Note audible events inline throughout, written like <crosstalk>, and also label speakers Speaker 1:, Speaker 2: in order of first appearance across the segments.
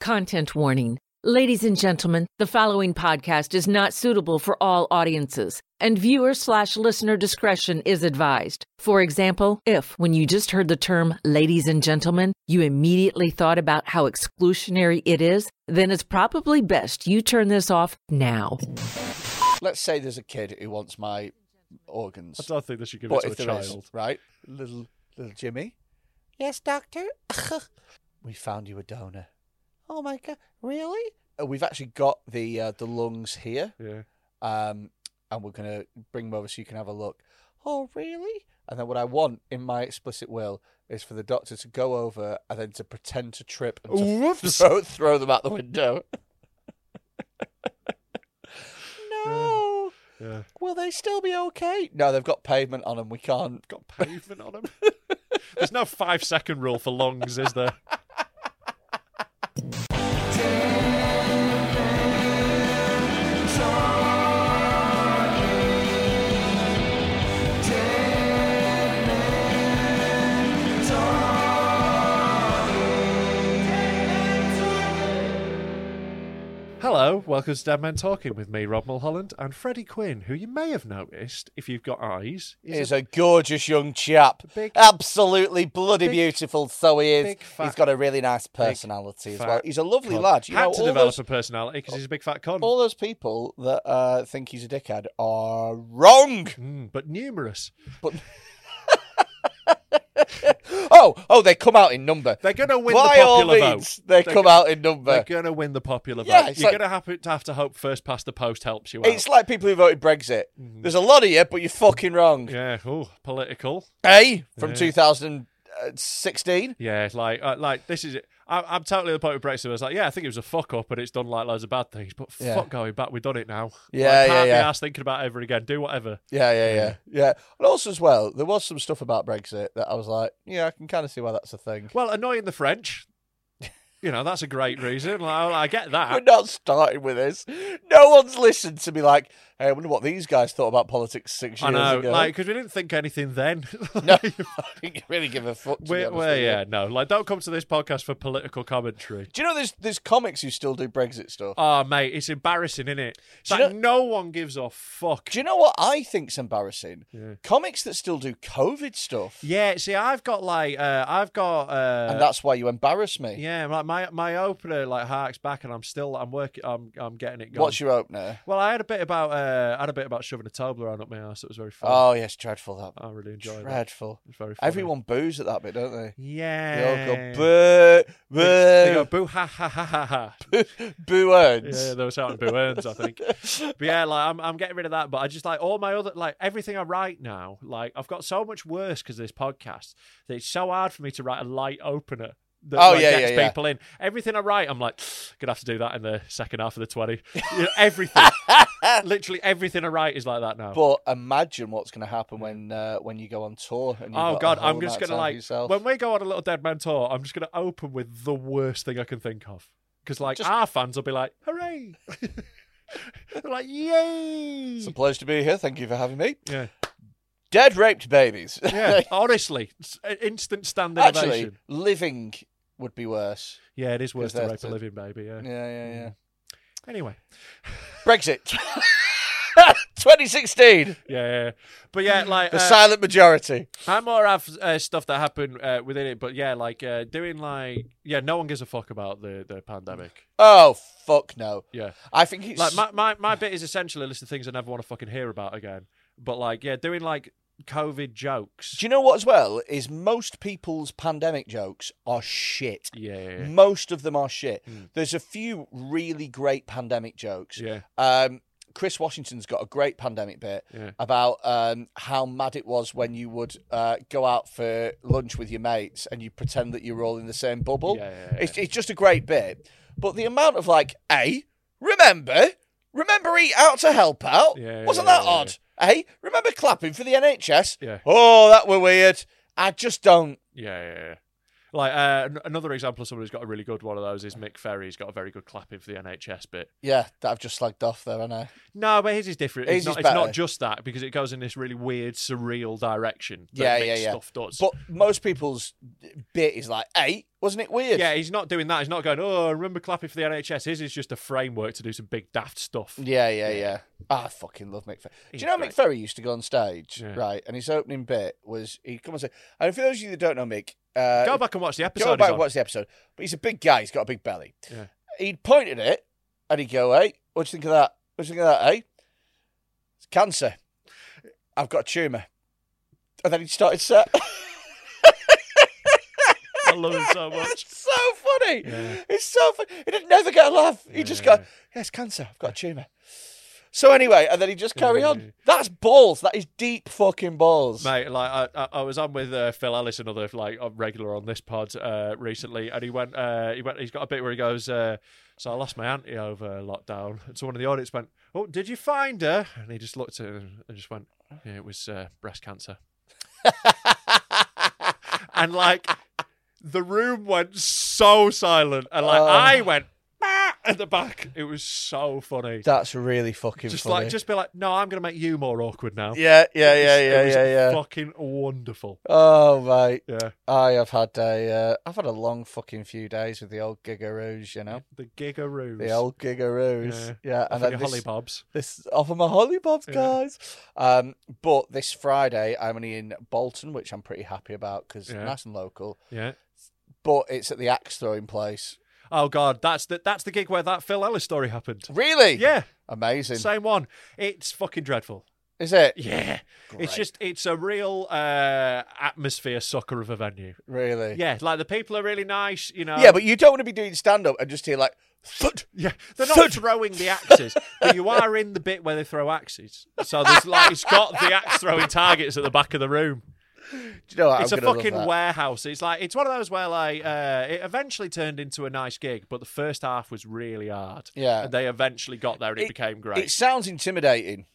Speaker 1: Content warning. Ladies and gentlemen, the following podcast is not suitable for all audiences, and viewer slash listener discretion is advised. For example, if when you just heard the term ladies and gentlemen, you immediately thought about how exclusionary it is, then it's probably best you turn this off now.
Speaker 2: Let's say there's a kid who wants my organs.
Speaker 3: I don't think they should give
Speaker 2: What
Speaker 3: it
Speaker 2: if
Speaker 3: to a
Speaker 2: there is,
Speaker 3: child.
Speaker 2: right? Little little Jimmy. Yes, doctor. <laughs> we found you a donor. Oh my god, really? Uh, We've actually got the uh, the lungs here,
Speaker 3: Yeah.
Speaker 2: um, and we're gonna bring them over so you can have a look. Oh, really? And then what I want in my explicit will is for the doctor to go over and then to pretend to trip and to <laughs>
Speaker 3: Whoops.
Speaker 2: throw, throw them out the window. <laughs> no.
Speaker 3: Yeah.
Speaker 2: Will they still be okay? No, they've got pavement on them. We can't.
Speaker 3: Got pavement on them. <laughs> There's no five second rule for lungs, is there? Hello, welcome to Dead Men Talking with me, Rob Mulholland, and Freddie Quinn, who you may have noticed if you've got eyes.
Speaker 2: He's a gorgeous young chap.
Speaker 3: Big-
Speaker 2: Absolutely bloody
Speaker 3: big-
Speaker 2: beautiful, so he is.
Speaker 3: big fat-
Speaker 2: he's got a really nice
Speaker 3: big
Speaker 2: personality as
Speaker 3: fat
Speaker 2: well. He's a lovely
Speaker 3: cunt.
Speaker 2: lad. You
Speaker 3: Had
Speaker 2: know,
Speaker 3: to
Speaker 2: all,
Speaker 3: develop
Speaker 2: those,
Speaker 3: a personality because he's a big fat con.
Speaker 2: all those people that uh, think he's a dickhead are wrong.
Speaker 3: Mm, but numerous.
Speaker 2: But oh, oh, they come out in number.
Speaker 3: They're going to win
Speaker 2: By
Speaker 3: the
Speaker 2: all
Speaker 3: popular
Speaker 2: means,
Speaker 3: vote.
Speaker 2: they
Speaker 3: They're
Speaker 2: come
Speaker 3: go-
Speaker 2: out in number.
Speaker 3: They're going to win the popular
Speaker 2: Yeah,
Speaker 3: vote.
Speaker 2: it's
Speaker 3: You're
Speaker 2: like-
Speaker 3: going to have to have to hope first past the post helps you out.
Speaker 2: It's like people who voted Brexit. There's a lot of you, but you're fucking wrong.
Speaker 3: Mm-hmm. yeah, oh, political.
Speaker 2: Hey, from
Speaker 3: Yeah.
Speaker 2: 2016.
Speaker 3: Yeah, it's like uh, like this is it. I, I'm totally at the point with Brexit. I was like, yeah, I think it was a fuck up, and it's done like loads of bad things. But
Speaker 2: Yeah.
Speaker 3: fuck going back, we've done it now.
Speaker 2: Yeah,
Speaker 3: like,
Speaker 2: yeah,
Speaker 3: can't
Speaker 2: yeah.
Speaker 3: Be asked thinking about it ever again. Do whatever.
Speaker 2: Yeah, yeah, yeah, yeah. And also as well, there was some stuff about Brexit that I was like, yeah, I can kind of see why that's a thing.
Speaker 3: Well, annoying
Speaker 2: <laughs>
Speaker 3: the French. You know that's a great reason. Like, I I get
Speaker 2: We're
Speaker 3: that.
Speaker 2: not starting with this. No one's listened to me. Like, hey, I wonder what these guys thought about politics six
Speaker 3: I
Speaker 2: years
Speaker 3: know,
Speaker 2: ago.
Speaker 3: like, <laughs> because we didn't think anything then.
Speaker 2: <laughs>
Speaker 3: <laughs>
Speaker 2: no, I really give a fuck. To be
Speaker 3: we're,
Speaker 2: honest
Speaker 3: we're-
Speaker 2: with you.
Speaker 3: yeah, no, like, don't come to this podcast for political commentary.
Speaker 2: Do you know there's there's comics who still do Brexit stuff?
Speaker 3: Oh, mate, it's embarrassing, isn't it? It's
Speaker 2: Do you
Speaker 3: like no one gives a fuck.
Speaker 2: do you know what I think's embarrassing? Comics that still do COVID stuff,
Speaker 3: Yeah, see, I've got like, uh, I've got, uh,
Speaker 2: and that's why you embarrass me.
Speaker 3: yeah, like my my opener like harks back, and I'm still, I'm working, I'm I'm getting it going.
Speaker 2: What's your opener?
Speaker 3: Well, I had a bit about, uh, I had a bit about shoving a Toblerone up my ass. It was very fun.
Speaker 2: Oh yes, dreadful that.
Speaker 3: I really enjoyed that.
Speaker 2: dreadful.
Speaker 3: It's very funny.
Speaker 2: Everyone boos at that bit, don't they?
Speaker 3: Yeah.
Speaker 2: They all go boo, boo,
Speaker 3: They- they go boo ha ha ha ha ha.
Speaker 2: <laughs> boo earns.
Speaker 3: Yeah, those out in Boo Earns, I think. But yeah, like I'm, I'm getting rid of that. But I just like all my other like everything I write now. Like I've got so much worse because of this podcast that it's so hard for me to write a light opener. that
Speaker 2: Oh,
Speaker 3: like,
Speaker 2: yeah,
Speaker 3: gets
Speaker 2: yeah, yeah.
Speaker 3: people in. Everything I write, I'm like, gonna have to do that in the second half of the twenty. <laughs> You know,
Speaker 2: <laughs>
Speaker 3: everything, literally everything I write is like that now.
Speaker 2: But imagine what's going to happen when uh, when you go on tour. And you've
Speaker 3: Oh
Speaker 2: got
Speaker 3: god,
Speaker 2: a whole
Speaker 3: I'm just
Speaker 2: night
Speaker 3: gonna
Speaker 2: time for
Speaker 3: like
Speaker 2: yourself.
Speaker 3: when we go on a little dead man tour, I'm just gonna open with the worst thing I can think of because like
Speaker 2: Just-
Speaker 3: our fans will be like,
Speaker 2: <laughs>
Speaker 3: "Hooray!" They're like, "Yay!"
Speaker 2: It's a pleasure to be here. Thank you for having me.
Speaker 3: Yeah,
Speaker 2: <laughs> Dead raped babies. <laughs>
Speaker 3: yeah. honestly, it's an instant standing
Speaker 2: Actually,
Speaker 3: ovation.
Speaker 2: living would be worse.
Speaker 3: Yeah, it is worse to
Speaker 2: that's
Speaker 3: rape a
Speaker 2: it.
Speaker 3: living baby. Yeah. Mm.
Speaker 2: Yeah, yeah, yeah.
Speaker 3: Anyway,
Speaker 2: Brexit. <laughs> 2016.
Speaker 3: yeah, yeah. but yeah, like
Speaker 2: Mm. The
Speaker 3: uh,
Speaker 2: silent majority.
Speaker 3: I more have uh, stuff that happened uh, within it, but yeah, like uh, doing like yeah, no one gives a fuck about the the pandemic.
Speaker 2: Oh fuck no.
Speaker 3: Yeah.
Speaker 2: I think it's
Speaker 3: like my, my, my bit is essentially a list of things I never want to fucking hear about again. But like, yeah, doing like COVID jokes.
Speaker 2: Do you know what as well is most people's pandemic jokes are shit.
Speaker 3: Yeah, yeah, yeah.
Speaker 2: Most of them are shit. There's a few really great pandemic jokes.
Speaker 3: Yeah.
Speaker 2: Um Chris Washington's got a great pandemic bit
Speaker 3: Yeah.
Speaker 2: about um, how mad it was when you would uh, go out for lunch with your mates and you pretend that you're all in the same bubble.
Speaker 3: Yeah, yeah, yeah.
Speaker 2: It's, it's just a great bit. But the amount of like, A, remember, remember eat out to help out.
Speaker 3: Yeah,
Speaker 2: Wasn't
Speaker 3: yeah,
Speaker 2: that
Speaker 3: yeah,
Speaker 2: odd? Hey, remember clapping for the NHS?
Speaker 3: Yeah.
Speaker 2: Oh, that were weird. I just don't.
Speaker 3: yeah, yeah, yeah. Like uh, an- another example of someone who's got a really good one of those is Mick Ferry. He's got a very good clapping for the NHS bit.
Speaker 2: Yeah, that I've just slagged off there, I know.
Speaker 3: No, but his is different.
Speaker 2: His
Speaker 3: it's, not,
Speaker 2: is
Speaker 3: it's
Speaker 2: better.
Speaker 3: not just that because it goes in this really weird, surreal direction. That
Speaker 2: Yeah,
Speaker 3: Mick's
Speaker 2: yeah, yeah.
Speaker 3: Stuff does.
Speaker 2: But most people's bit is like, hey, wasn't it weird?
Speaker 3: yeah, he's not doing that. He's not going. Oh, remember clapping for the NHS? His is just a framework to do some big daft stuff.
Speaker 2: Yeah, yeah, yeah. Ah, I fucking love Mick Ferry. Do
Speaker 3: He's
Speaker 2: you know
Speaker 3: great.
Speaker 2: Mick Ferry used to go on stage,
Speaker 3: Yeah.
Speaker 2: right? And his opening bit was he'd come and say, and for those of you that don't know Mick, uh,
Speaker 3: Go back and watch the episode.
Speaker 2: go
Speaker 3: he's
Speaker 2: back
Speaker 3: on.
Speaker 2: and watch the episode. But he's a big guy. He's got a big belly.
Speaker 3: Yeah.
Speaker 2: He'd point at it and he'd go, "Hey, what do you think of that? What do you think of that? Hey, it's cancer. I've got a tumor." And then he'd start his
Speaker 3: <laughs>
Speaker 2: set.
Speaker 3: <laughs> I love him so much.
Speaker 2: <laughs> it's so funny.
Speaker 3: Yeah.
Speaker 2: It's so funny. He'd never get a laugh. He'd just go,
Speaker 3: Yeah.
Speaker 2: "Yes, cancer. I've got a tumor." So anyway, and then he'd just carry
Speaker 3: Yeah.
Speaker 2: on. That's balls. That is deep fucking balls.
Speaker 3: <laughs> Mate, like I, I, I was on with uh, Phil Ellis, another like a regular on this pod uh, recently, and he went, uh, he went, he's got a bit where he goes, uh, "So I lost my auntie over lockdown," and someone in the audience went, "Oh, did you find her?" And he just looked at her and just went, yeah, "It was uh, breast cancer," <laughs> and like the room went so silent, and like
Speaker 2: Oh.
Speaker 3: I went "Ah," at the back. It was so funny.
Speaker 2: That's really fucking
Speaker 3: just
Speaker 2: funny.
Speaker 3: like, just be like, "No, I'm gonna make you more awkward now."
Speaker 2: yeah, yeah, yeah,
Speaker 3: It was-
Speaker 2: yeah,
Speaker 3: it was
Speaker 2: yeah, yeah.
Speaker 3: Fucking wonderful.
Speaker 2: Oh mate,
Speaker 3: Yeah.
Speaker 2: I have had a, uh, I've had a long fucking few days with the old gigaroos, you know,
Speaker 3: The gigaroos.
Speaker 2: the old gigaroos. Yeah,
Speaker 3: and
Speaker 2: and then
Speaker 3: holly
Speaker 2: this,
Speaker 3: bobs.
Speaker 2: this off of my holly bobs,
Speaker 3: Yeah.
Speaker 2: guys. Um, but this Friday I'm only in Bolton, which I'm pretty happy about because
Speaker 3: Yeah.
Speaker 2: nice and local.
Speaker 3: Yeah.
Speaker 2: But it's at the axe throwing place.
Speaker 3: Oh God, that's the that's the gig where that Phil Ellis story happened.
Speaker 2: Really?
Speaker 3: Yeah,
Speaker 2: Amazing.
Speaker 3: same one. It's fucking dreadful.
Speaker 2: Is it?
Speaker 3: Yeah,
Speaker 2: Great.
Speaker 3: it's just it's a real uh, atmosphere sucker of a venue.
Speaker 2: Really?
Speaker 3: Yeah, like the people are really nice, you know.
Speaker 2: Yeah, but you don't want to be doing stand up and just hear like thud.
Speaker 3: yeah,
Speaker 2: <laughs>
Speaker 3: they're not
Speaker 2: Thud.
Speaker 3: throwing the axes, but you are in the bit where they throw axes. So there's like it's got the axe throwing targets at the back of the room.
Speaker 2: Do you know what?
Speaker 3: it's
Speaker 2: I'm
Speaker 3: a
Speaker 2: gonna love
Speaker 3: fucking
Speaker 2: that.
Speaker 3: warehouse. It's like it's one of those where like uh, it eventually turned into a nice gig, but the first half was really hard.
Speaker 2: Yeah.
Speaker 3: and they eventually got there and it, became great.
Speaker 2: It sounds intimidating.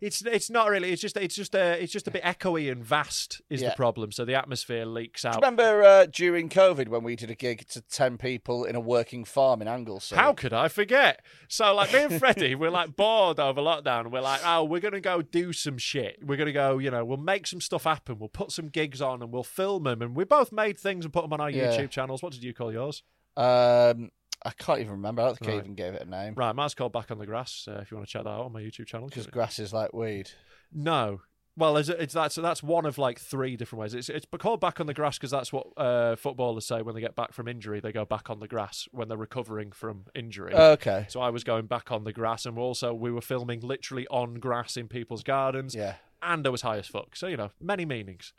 Speaker 3: It's it's not really. It's just it's just a it's just a bit echoey and vast is
Speaker 2: Yeah.
Speaker 3: the problem. So the atmosphere leaks out.
Speaker 2: Do you remember uh, during COVID when we did a gig to 10 people in a working farm in Anglesey?
Speaker 3: How could I forget? So like me and Freddie, we're like bored over lockdown. We're like, oh, we're gonna go do some shit. We're gonna go, you know, we'll make some stuff happen. We'll put some gigs on and we'll film them. And we both made things and put them on our
Speaker 2: Yeah.
Speaker 3: YouTube channels. What did you call yours?
Speaker 2: Um, I can't even remember. I don't think I
Speaker 3: Right.
Speaker 2: even gave it a name.
Speaker 3: Right, mine's called Back on the Grass. Uh, if you want to check that out on my YouTube channel,
Speaker 2: Because grass is like weed.
Speaker 3: No. Well, it's, it's that's that's one of like three different ways. It's it's called back on the grass because that's what uh, footballers say when they get back from injury. They go back on the grass when they're recovering from injury.
Speaker 2: Okay.
Speaker 3: so I was going back on the grass, and also we were filming literally on grass in people's gardens. <laughs>
Speaker 2: Yeah.
Speaker 3: and I was high as fuck. So you know, many meanings.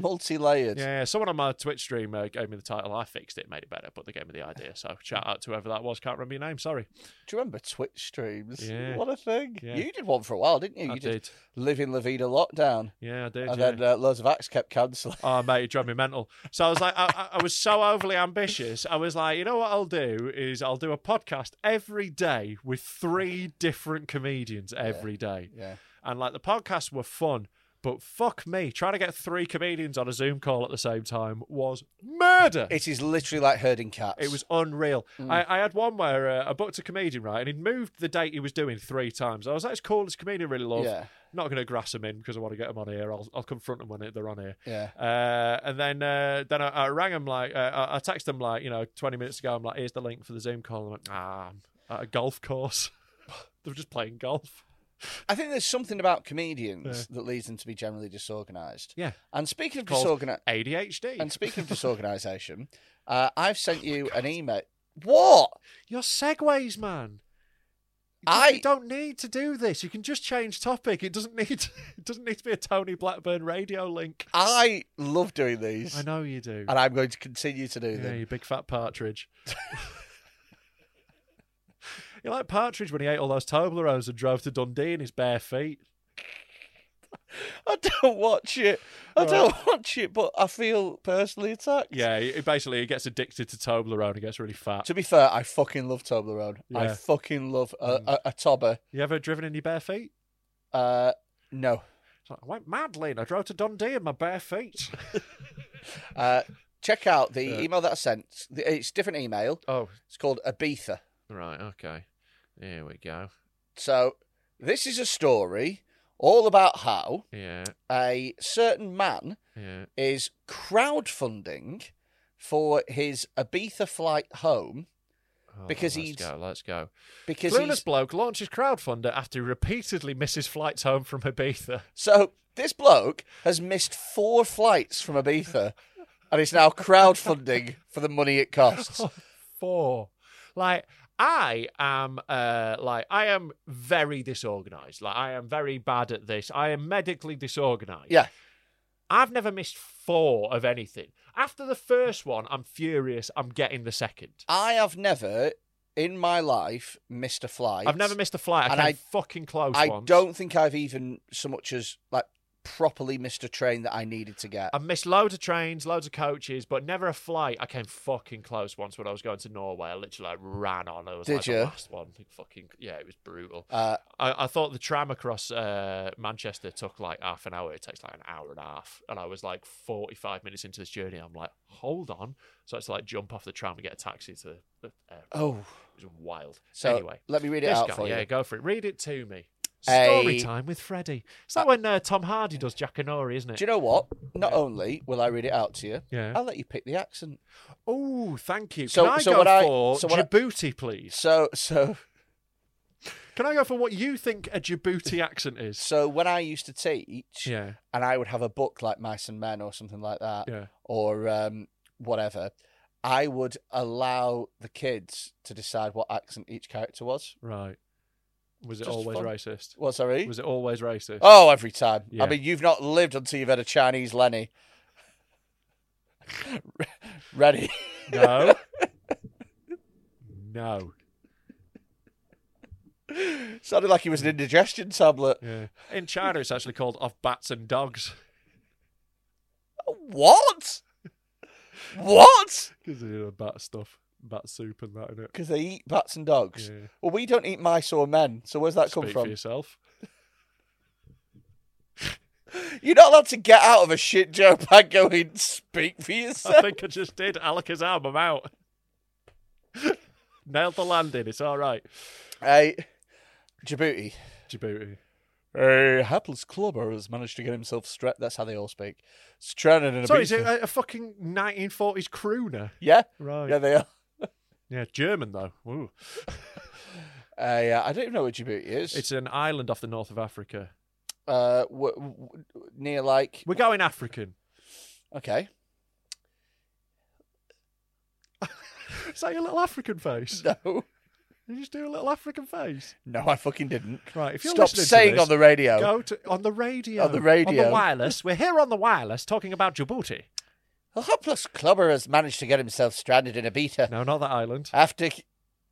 Speaker 2: Multi-layered.
Speaker 3: Yeah, someone on my Twitch stream uh, gave me the title. I fixed it, made it better, but they gave me the idea. So shout out to whoever that was. Can't remember your name. Sorry.
Speaker 2: Do you remember Twitch streams?
Speaker 3: Yeah.
Speaker 2: What a thing.
Speaker 3: Yeah.
Speaker 2: You did one for a while, didn't you?
Speaker 3: I
Speaker 2: you did,
Speaker 3: did.
Speaker 2: Living La Vida Lockdown.
Speaker 3: Yeah, I did.
Speaker 2: and
Speaker 3: yeah.
Speaker 2: then uh, loads of acts kept cancelling. <laughs>
Speaker 3: Oh mate, it drove me mental. So I was like, I, I- I was so overly ambitious. I was like, you know what I'll do is I'll do a podcast every day with three different comedians every day,
Speaker 2: Yeah.
Speaker 3: and like the podcasts were fun, but fuck me, trying to get three comedians on a Zoom call at the same time was murder.
Speaker 2: It is literally like herding cats.
Speaker 3: It was unreal.
Speaker 2: Mm.
Speaker 3: I, I had one where uh, I booked a comedian, right, and he'd moved the date he was doing three times. I was like, it's cool, this comedian really loves.
Speaker 2: Yeah.
Speaker 3: Not going to grass him in because I want to get him on here. I'll, I'll confront him when they're on here.
Speaker 2: Yeah.
Speaker 3: Uh, and then uh, then I, I rang him, like, uh, I, I texted him, like, you know, 20 minutes ago. I'm like, here's the link for the Zoom call. I'm like, ah, I'm at a golf course. <laughs> they're just playing golf.
Speaker 2: I think there's something about comedians that leads them to be generally disorganised.
Speaker 3: Yeah.
Speaker 2: And speaking of
Speaker 3: Called
Speaker 2: disorganised,
Speaker 3: ADHD.
Speaker 2: and speaking
Speaker 3: <laughs>
Speaker 2: of disorganisation, uh, I've sent you an email. What?
Speaker 3: Your segues, man. You
Speaker 2: I-
Speaker 3: don't- you don't need to do this. You can just change topic. It doesn't need it doesn't need to <laughs> be a Tony Blackburn radio link.
Speaker 2: I love doing these,
Speaker 3: I know you do.
Speaker 2: and I'm going to continue to do
Speaker 3: yeah,
Speaker 2: them.
Speaker 3: you big fat <laughs> partridge. You're like Partridge when he ate all those Toblerones and drove to Dundee in his bare feet.
Speaker 2: I don't watch it. I
Speaker 3: Right.
Speaker 2: don't watch it, but I feel personally attacked.
Speaker 3: Yeah, he, he basically he gets addicted to Toblerone. He gets really fat.
Speaker 2: To be fair, I fucking love Toblerone. I
Speaker 3: Yeah. Mm.
Speaker 2: fucking love a, a, a tobber.
Speaker 3: You ever driven in your bare feet?
Speaker 2: Uh, no.
Speaker 3: It's like, I went mad, Lynn. I drove to Dundee in my bare feet.
Speaker 2: Uh, check out the email that I sent. It's a different email.
Speaker 3: <laughs> oh,
Speaker 2: It's called Ibiza.
Speaker 3: right, okay. Here we go.
Speaker 2: So this is a story all about how
Speaker 3: Yeah,
Speaker 2: a certain man
Speaker 3: yeah.
Speaker 2: is crowdfunding for his Ibiza flight home
Speaker 3: Oh,
Speaker 2: Because
Speaker 3: let's
Speaker 2: he'd-
Speaker 3: go, let's go.
Speaker 2: because
Speaker 3: Clueless
Speaker 2: he's
Speaker 3: bloke launches crowdfunder after he repeatedly misses flights home from Ibiza. <laughs>
Speaker 2: so this bloke has missed four flights from Ibiza and is now
Speaker 3: <laughs>
Speaker 2: crowdfunding for the money it costs.
Speaker 3: Oh, Four. Like I am, uh, like I am very disorganized. Like I am very bad at this. I am medically disorganized.
Speaker 2: Yeah.
Speaker 3: I've never missed four of anything. After the first one, I'm furious. I'm getting the second.
Speaker 2: I have never in my life missed a flight.
Speaker 3: I've never missed a flight. I
Speaker 2: And
Speaker 3: came
Speaker 2: I-
Speaker 3: fucking close.
Speaker 2: I
Speaker 3: once.
Speaker 2: don't think I've even so much as like properly missed a train that I needed to get.
Speaker 3: I missed loads of trains, loads of coaches, but never a flight. I came fucking close once when I was going to Norway. I literally like, ran on. I was
Speaker 2: Did
Speaker 3: like
Speaker 2: you?
Speaker 3: the last one. Fucking yeah, it was brutal.
Speaker 2: Uh,
Speaker 3: I, I thought the tram across uh, Manchester took like half an hour. It takes like an hour and a half, and I was like forty-five minutes into this journey. I'm like, hold on. So I had to like jump off the tram and get a taxi to the, the airport.
Speaker 2: oh,
Speaker 3: It was wild.
Speaker 2: So,
Speaker 3: anyway,
Speaker 2: let me read it
Speaker 3: this
Speaker 2: out
Speaker 3: guy-
Speaker 2: for
Speaker 3: yeah,
Speaker 2: you.
Speaker 3: go for it. Read it to me.
Speaker 2: A-
Speaker 3: Story time with Freddie. It's like when uh, Tom Hardy does Jackanory, isn't it?
Speaker 2: Do you know what? Not only will I read it out to you,
Speaker 3: Yeah.
Speaker 2: I'll let you pick the accent.
Speaker 3: Oh, thank you.
Speaker 2: So-
Speaker 3: Can I
Speaker 2: so
Speaker 3: go
Speaker 2: what I-
Speaker 3: for
Speaker 2: so what I-
Speaker 3: Djibouti, please?
Speaker 2: So, so,
Speaker 3: Can I go for what you think
Speaker 2: <laughs>
Speaker 3: a Djibouti accent is?
Speaker 2: so when I used to teach,
Speaker 3: Yeah,
Speaker 2: and I would have a book like Mice and Men or something like that,
Speaker 3: yeah.
Speaker 2: or um, whatever, I would allow the kids to decide what accent each character was.
Speaker 3: Right. Was it
Speaker 2: Just
Speaker 3: always
Speaker 2: fun.
Speaker 3: racist?
Speaker 2: What, sorry?
Speaker 3: Was it always racist?
Speaker 2: Oh, every time.
Speaker 3: Yeah.
Speaker 2: I mean, you've not lived until you've had a Chinese Lenny. <laughs> Ready? <laughs>
Speaker 3: No. no.
Speaker 2: Sounded like he was an indigestion tablet.
Speaker 3: Yeah. In China, it's actually called off bats and dogs. <laughs>
Speaker 2: What? What?
Speaker 3: Because you know, bat stuff, bat soup and that, innit?
Speaker 2: Because they eat bats and dogs.
Speaker 3: Yeah.
Speaker 2: Well, we don't eat mice or men, so where's that come
Speaker 3: Speak for
Speaker 2: from?
Speaker 3: yourself.
Speaker 2: You're not allowed to get out of a shit joke by going, speak for
Speaker 3: <laughs> I <laughs>
Speaker 2: yourself.
Speaker 3: think I just did. Alakazam, I'm out. <laughs> Nailed the landing. It's all right.
Speaker 2: Hey, Djibouti.
Speaker 3: Djibouti.
Speaker 2: A hapless clubber has managed to get himself strapped. That's how they all speak. Stranded in a
Speaker 3: Sorry,
Speaker 2: beach.
Speaker 3: is it a, a fucking 1940s crooner?
Speaker 2: Yeah?
Speaker 3: Right.
Speaker 2: Yeah, they are.
Speaker 3: Yeah, German though. Ooh.
Speaker 2: Uh, yeah, I don't even know what Djibouti is.
Speaker 3: It's an island off the north of Africa.
Speaker 2: uh, w- w- near like
Speaker 3: We're going African. <laughs>
Speaker 2: okay.
Speaker 3: Is that your little African face?
Speaker 2: No,
Speaker 3: You just do a little African face.
Speaker 2: No, I fucking didn't.
Speaker 3: Right, if you're
Speaker 2: Stop
Speaker 3: listening to
Speaker 2: saying
Speaker 3: this,
Speaker 2: on the radio.
Speaker 3: Go to on the radio.
Speaker 2: On the radio.
Speaker 3: On the wireless. We're here on the wireless talking about Djibouti.
Speaker 2: A hapless clubber has managed to get himself stranded in Ibiza
Speaker 3: No, not that island.
Speaker 2: after.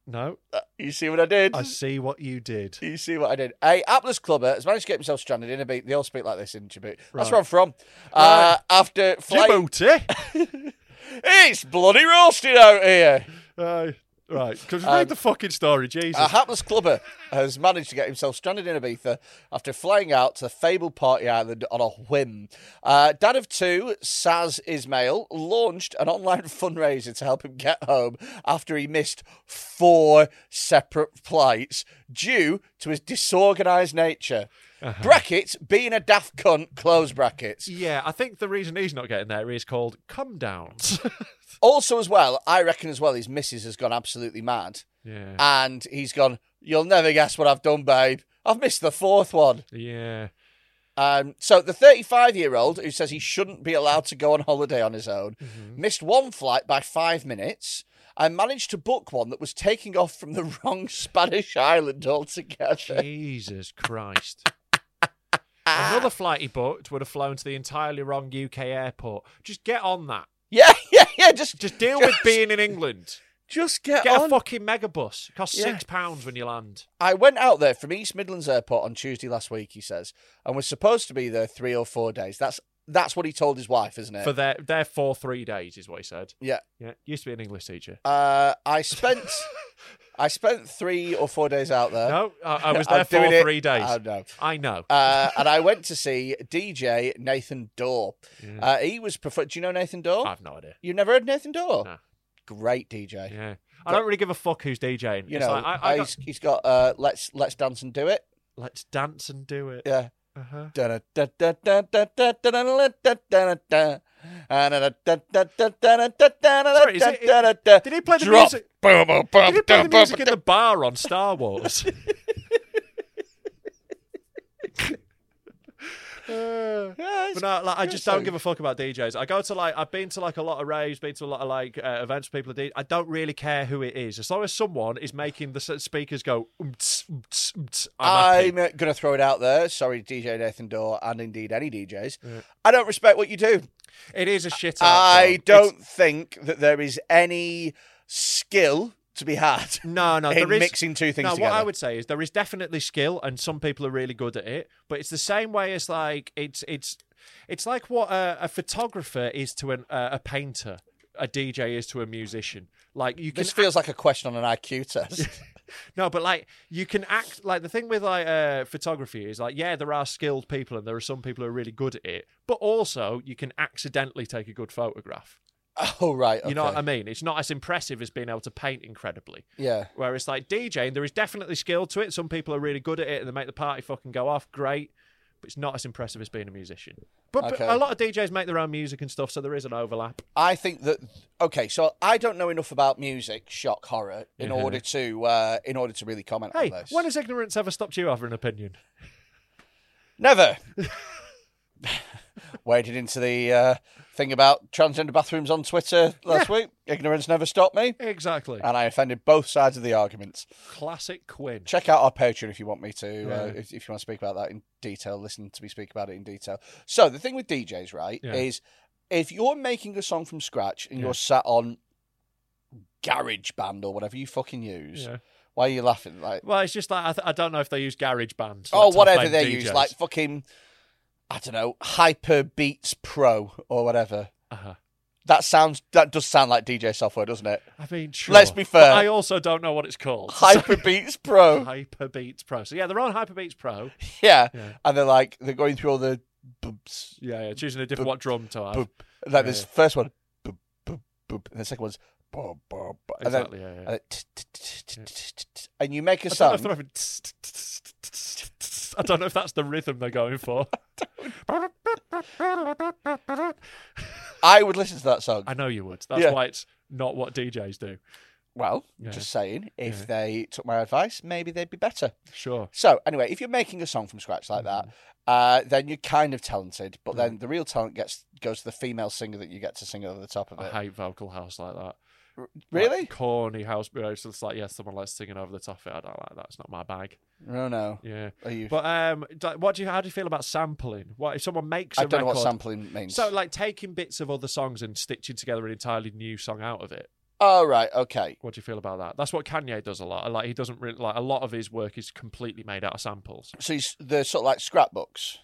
Speaker 3: No.
Speaker 2: Uh, you see what I did?
Speaker 3: I see what you did.
Speaker 2: You see what I did? A hapless clubber has managed to get himself stranded in Ibiza. They all speak like this in Djibouti. That's
Speaker 3: Right.
Speaker 2: where I'm from. Uh,
Speaker 3: Right.
Speaker 2: after flying,
Speaker 3: Djibouti. <laughs>
Speaker 2: it's bloody roasted out here.
Speaker 3: uh, right, because
Speaker 2: Um, uh-huh.
Speaker 3: read the fucking story, Jesus.
Speaker 2: A hapless clubber has managed to get himself stranded in Ibiza after flying out to the fabled party island on a whim. Uh, dad of two, Saz Ismail, launched an online <laughs> fundraiser to help him get home after he missed four separate flights due to his disorganised nature. Brackets, being a daft cunt, close brackets.
Speaker 3: yeah, I think the reason he's not getting there is called come downs. <laughs>
Speaker 2: Also, as well, I reckon as well his missus has gone absolutely mad.
Speaker 3: yeah.
Speaker 2: And he's gone, You'll never guess what I've done, babe. I've missed the fourth one.
Speaker 3: yeah.
Speaker 2: Um, so the 35 year old who says he shouldn't be allowed to go on holiday on his own
Speaker 3: Mm-hmm.
Speaker 2: missed one flight by five minutes and managed to book one that was taking off from the <laughs> wrong Spanish island altogether.
Speaker 3: Jesus Christ.
Speaker 2: Ah.
Speaker 3: Another flight he booked would have flown to the entirely wrong UK airport. Just get on that.
Speaker 2: <laughs> Yeah, yeah, yeah. Just <laughs>
Speaker 3: Just deal with being in England.
Speaker 2: Just get,
Speaker 3: Get
Speaker 2: on.
Speaker 3: a fucking megabus. It costs
Speaker 2: Yeah.
Speaker 3: six pounds when you land.
Speaker 2: I went out there from East Midlands Airport on Tuesday last week. He says, and was supposed to be there three or four days. That's that's what he told his wife, isn't it?
Speaker 3: For their their four three days is what he said.
Speaker 2: yeah.
Speaker 3: Yeah. Used to be an English teacher.
Speaker 2: Uh, I
Speaker 3: <laughs>
Speaker 2: spent I spent three or four days out there.
Speaker 3: no, I,
Speaker 2: <laughs>
Speaker 3: I was
Speaker 2: Uh, I'm
Speaker 3: there for
Speaker 2: doing it. Oh,
Speaker 3: three days.
Speaker 2: I know.
Speaker 3: I know.
Speaker 2: Uh, and I went to see DJ Nathan Dorr. Uh, he was prefer- Do you know Nathan Dorr?
Speaker 3: Mm. I've no idea.
Speaker 2: You've never heard Nathan Dorr?
Speaker 3: No.
Speaker 2: Great DJ.
Speaker 3: Yeah. I don't really give a fuck who's DJing.
Speaker 2: You
Speaker 3: it's
Speaker 2: know,
Speaker 3: like, I, I
Speaker 2: uh,
Speaker 3: got-
Speaker 2: he's, he's got uh, let's let's dance and do it.
Speaker 3: let's dance and do it.
Speaker 2: Yeah.
Speaker 3: Uh-huh.
Speaker 2: Da-da-da-da-da-da-da-da-da-da-da-da. Ah, Da-da-da-da-da-da-da-da-da-da-da-da-da-da-da-da-da.
Speaker 3: did he play the
Speaker 2: Drop.
Speaker 3: music-
Speaker 2: Boom, boom, boom,
Speaker 3: Did he play the
Speaker 2: boom, boom,
Speaker 3: music in the
Speaker 2: boom.
Speaker 3: bar on Star
Speaker 2: <laughs>
Speaker 3: Wars? Uh,
Speaker 2: Yeah, it's
Speaker 3: but no, like, I just
Speaker 2: great
Speaker 3: don't give a fuck about DJs. I go to like I've been to like a lot of raves, been to a lot of like uh, events. Where people are DJ. I don't really care who it is, as long as someone is making the s- speakers go. "Um, "Oomts, oomts, oomts," I'm happy.
Speaker 2: I'm uh, gonna throw it out there. Sorry, DJ Nathan Dorr, and indeed any DJs. I don't respect what you do.
Speaker 3: It is a shit. art
Speaker 2: I
Speaker 3: form.
Speaker 2: don't
Speaker 3: It's-
Speaker 2: think that there is any skill to be had.
Speaker 3: no, no,
Speaker 2: in
Speaker 3: there is
Speaker 2: mixing two things
Speaker 3: No,
Speaker 2: together.
Speaker 3: what I would say is there is definitely skill, and some people are really good at it. But it's the same way as like it's it's it's like what a, a photographer is to an, uh, a painter, a DJ is to a musician. Like you can
Speaker 2: <laughs> This feels like a question on an IQ <laughs> test.
Speaker 3: no, but like you can act like the thing with like uh, photography is like yeah, there are skilled people and there are some people who are really good at it, but also you can accidentally take a good photograph.
Speaker 2: oh right,
Speaker 3: You know what
Speaker 2: okay.
Speaker 3: I mean? It's not as impressive as being able to paint incredibly.
Speaker 2: Yeah.
Speaker 3: Whereas like DJing, there is definitely skill to it. Some people are really good at it and they make the party fucking go off. Great. But it's not as impressive as being a musician. But, but
Speaker 2: Okay.
Speaker 3: a lot of DJs make their own music and stuff, so there is an overlap.
Speaker 2: I think that okay, so I don't know enough about music, shock horror, in
Speaker 3: Yeah.
Speaker 2: order to uh, in order to really comment
Speaker 3: Hey,
Speaker 2: on this.
Speaker 3: when has ignorance ever stopped you having an opinion?
Speaker 2: <laughs> Never. Waded into the uh, thing about transgender bathrooms on Twitter last week. Ignorance never stopped me,
Speaker 3: Exactly.
Speaker 2: and I offended both sides of the arguments.
Speaker 3: Classic Quinn.
Speaker 2: Check out our Patreon if you want me to. Uh,
Speaker 3: Yeah.
Speaker 2: if, if you want to speak about that in detail, listen to me speak about it in detail. So the thing with DJs, right,
Speaker 3: Yeah.
Speaker 2: is if you're making a song from scratch and
Speaker 3: Yeah.
Speaker 2: you're sat on Garage Band or whatever you fucking use,
Speaker 3: Yeah.
Speaker 2: why are you laughing? Like,
Speaker 3: Well, it's just like I, th- I don't know if they use GarageBand.
Speaker 2: oh,
Speaker 3: like
Speaker 2: whatever
Speaker 3: top-end
Speaker 2: they
Speaker 3: DJs.
Speaker 2: use, like fucking, I don't know, Hyper Beats Pro or whatever.
Speaker 3: Uh-huh.
Speaker 2: That sounds that does sound like DJ software, doesn't it?
Speaker 3: I mean, sure,
Speaker 2: Let's be
Speaker 3: but
Speaker 2: fair.
Speaker 3: I also don't know what it's called. <laughs>
Speaker 2: Hyper Beats Pro.
Speaker 3: Hyperbeats Pro. So yeah, they're on Hyperbeats Pro.
Speaker 2: Yeah.
Speaker 3: Yeah.
Speaker 2: and they're like they're going through all the boops,
Speaker 3: Yeah, yeah choosing a different what drum to have.
Speaker 2: boop. Like this
Speaker 3: Yeah.
Speaker 2: first one, boop, boop, boop, and the second one's boop, boop, boop, and then-
Speaker 3: Exactly, yeah, yeah.
Speaker 2: and then t- t- t- t- t- t- t- and you make a
Speaker 3: <laughs> I don't,
Speaker 2: sound.
Speaker 3: know if they're having- I don't know if that's the rhythm they're going
Speaker 2: <laughs>
Speaker 3: for.
Speaker 2: I would listen to that song.
Speaker 3: I know you would. That's
Speaker 2: Yeah.
Speaker 3: why it's not what DJs do.
Speaker 2: Well,
Speaker 3: Yeah.
Speaker 2: just saying, if
Speaker 3: Yeah.
Speaker 2: they took my advice, maybe they'd be better.
Speaker 3: Sure.
Speaker 2: So anyway, if you're making a song from scratch like
Speaker 3: Mm-hmm.
Speaker 2: that, uh, then you're kind of talented. But then the real talent gets goes to the female singer that you get to sing over the top of
Speaker 3: I
Speaker 2: it.
Speaker 3: hate vocal house like that.
Speaker 2: Really?
Speaker 3: Like, corny house music. It's like, yeah, someone like singing over the top of it. I don't like that. It's not my bag.
Speaker 2: No, Oh, no.
Speaker 3: Yeah.
Speaker 2: Are you?
Speaker 3: But um, d- what do you? How do you feel about sampling? What if someone makes? a
Speaker 2: I don't know what
Speaker 3: record-
Speaker 2: sampling means.
Speaker 3: So, like taking bits of other songs and stitching together an entirely new song out of it.
Speaker 2: oh right, okay.
Speaker 3: What do you feel about that? That's what Kanye does a lot. Like he doesn't really like a lot of his work is completely made out of samples.
Speaker 2: So he's, they're sort of like scrapbooks,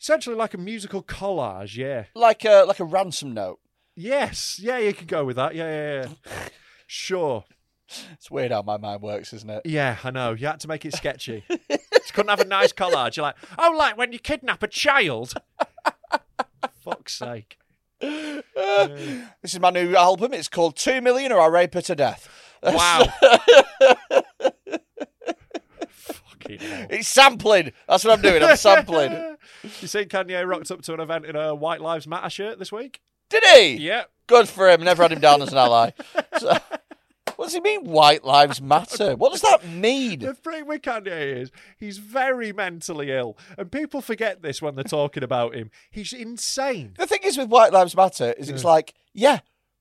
Speaker 3: Essentially, like a musical collage. Yeah.
Speaker 2: like a like a ransom note.
Speaker 3: Yes. Yeah. You could go with that. Yeah. Yeah. yeah. sure.
Speaker 2: It's weird how my mind works, isn't it?
Speaker 3: Yeah, I know. You had to make it sketchy. <laughs> Just couldn't have a nice collage. You're like, oh, like when you kidnap a child. <laughs> Fuck's sake.
Speaker 2: This is my new album. It's called Two Million or I Rape Her to Death.
Speaker 3: <laughs> Wow. Fucking hell.
Speaker 2: It's sampling. That's what I'm doing. I'm
Speaker 3: <laughs>
Speaker 2: sampling.
Speaker 3: you seen Kanye rocked up to an event in a White Lives Matter shirt this week?
Speaker 2: Did he?
Speaker 3: Yeah.
Speaker 2: Good for him. Never had him down as an ally. So, what does he mean? White lives matter. What does that mean?
Speaker 3: <laughs> The thing with Kanye is he's very mentally ill, and people forget this when they're talking about him.
Speaker 2: <laughs>
Speaker 3: He's insane.
Speaker 2: The thing is with white lives matter is it's like, yeah,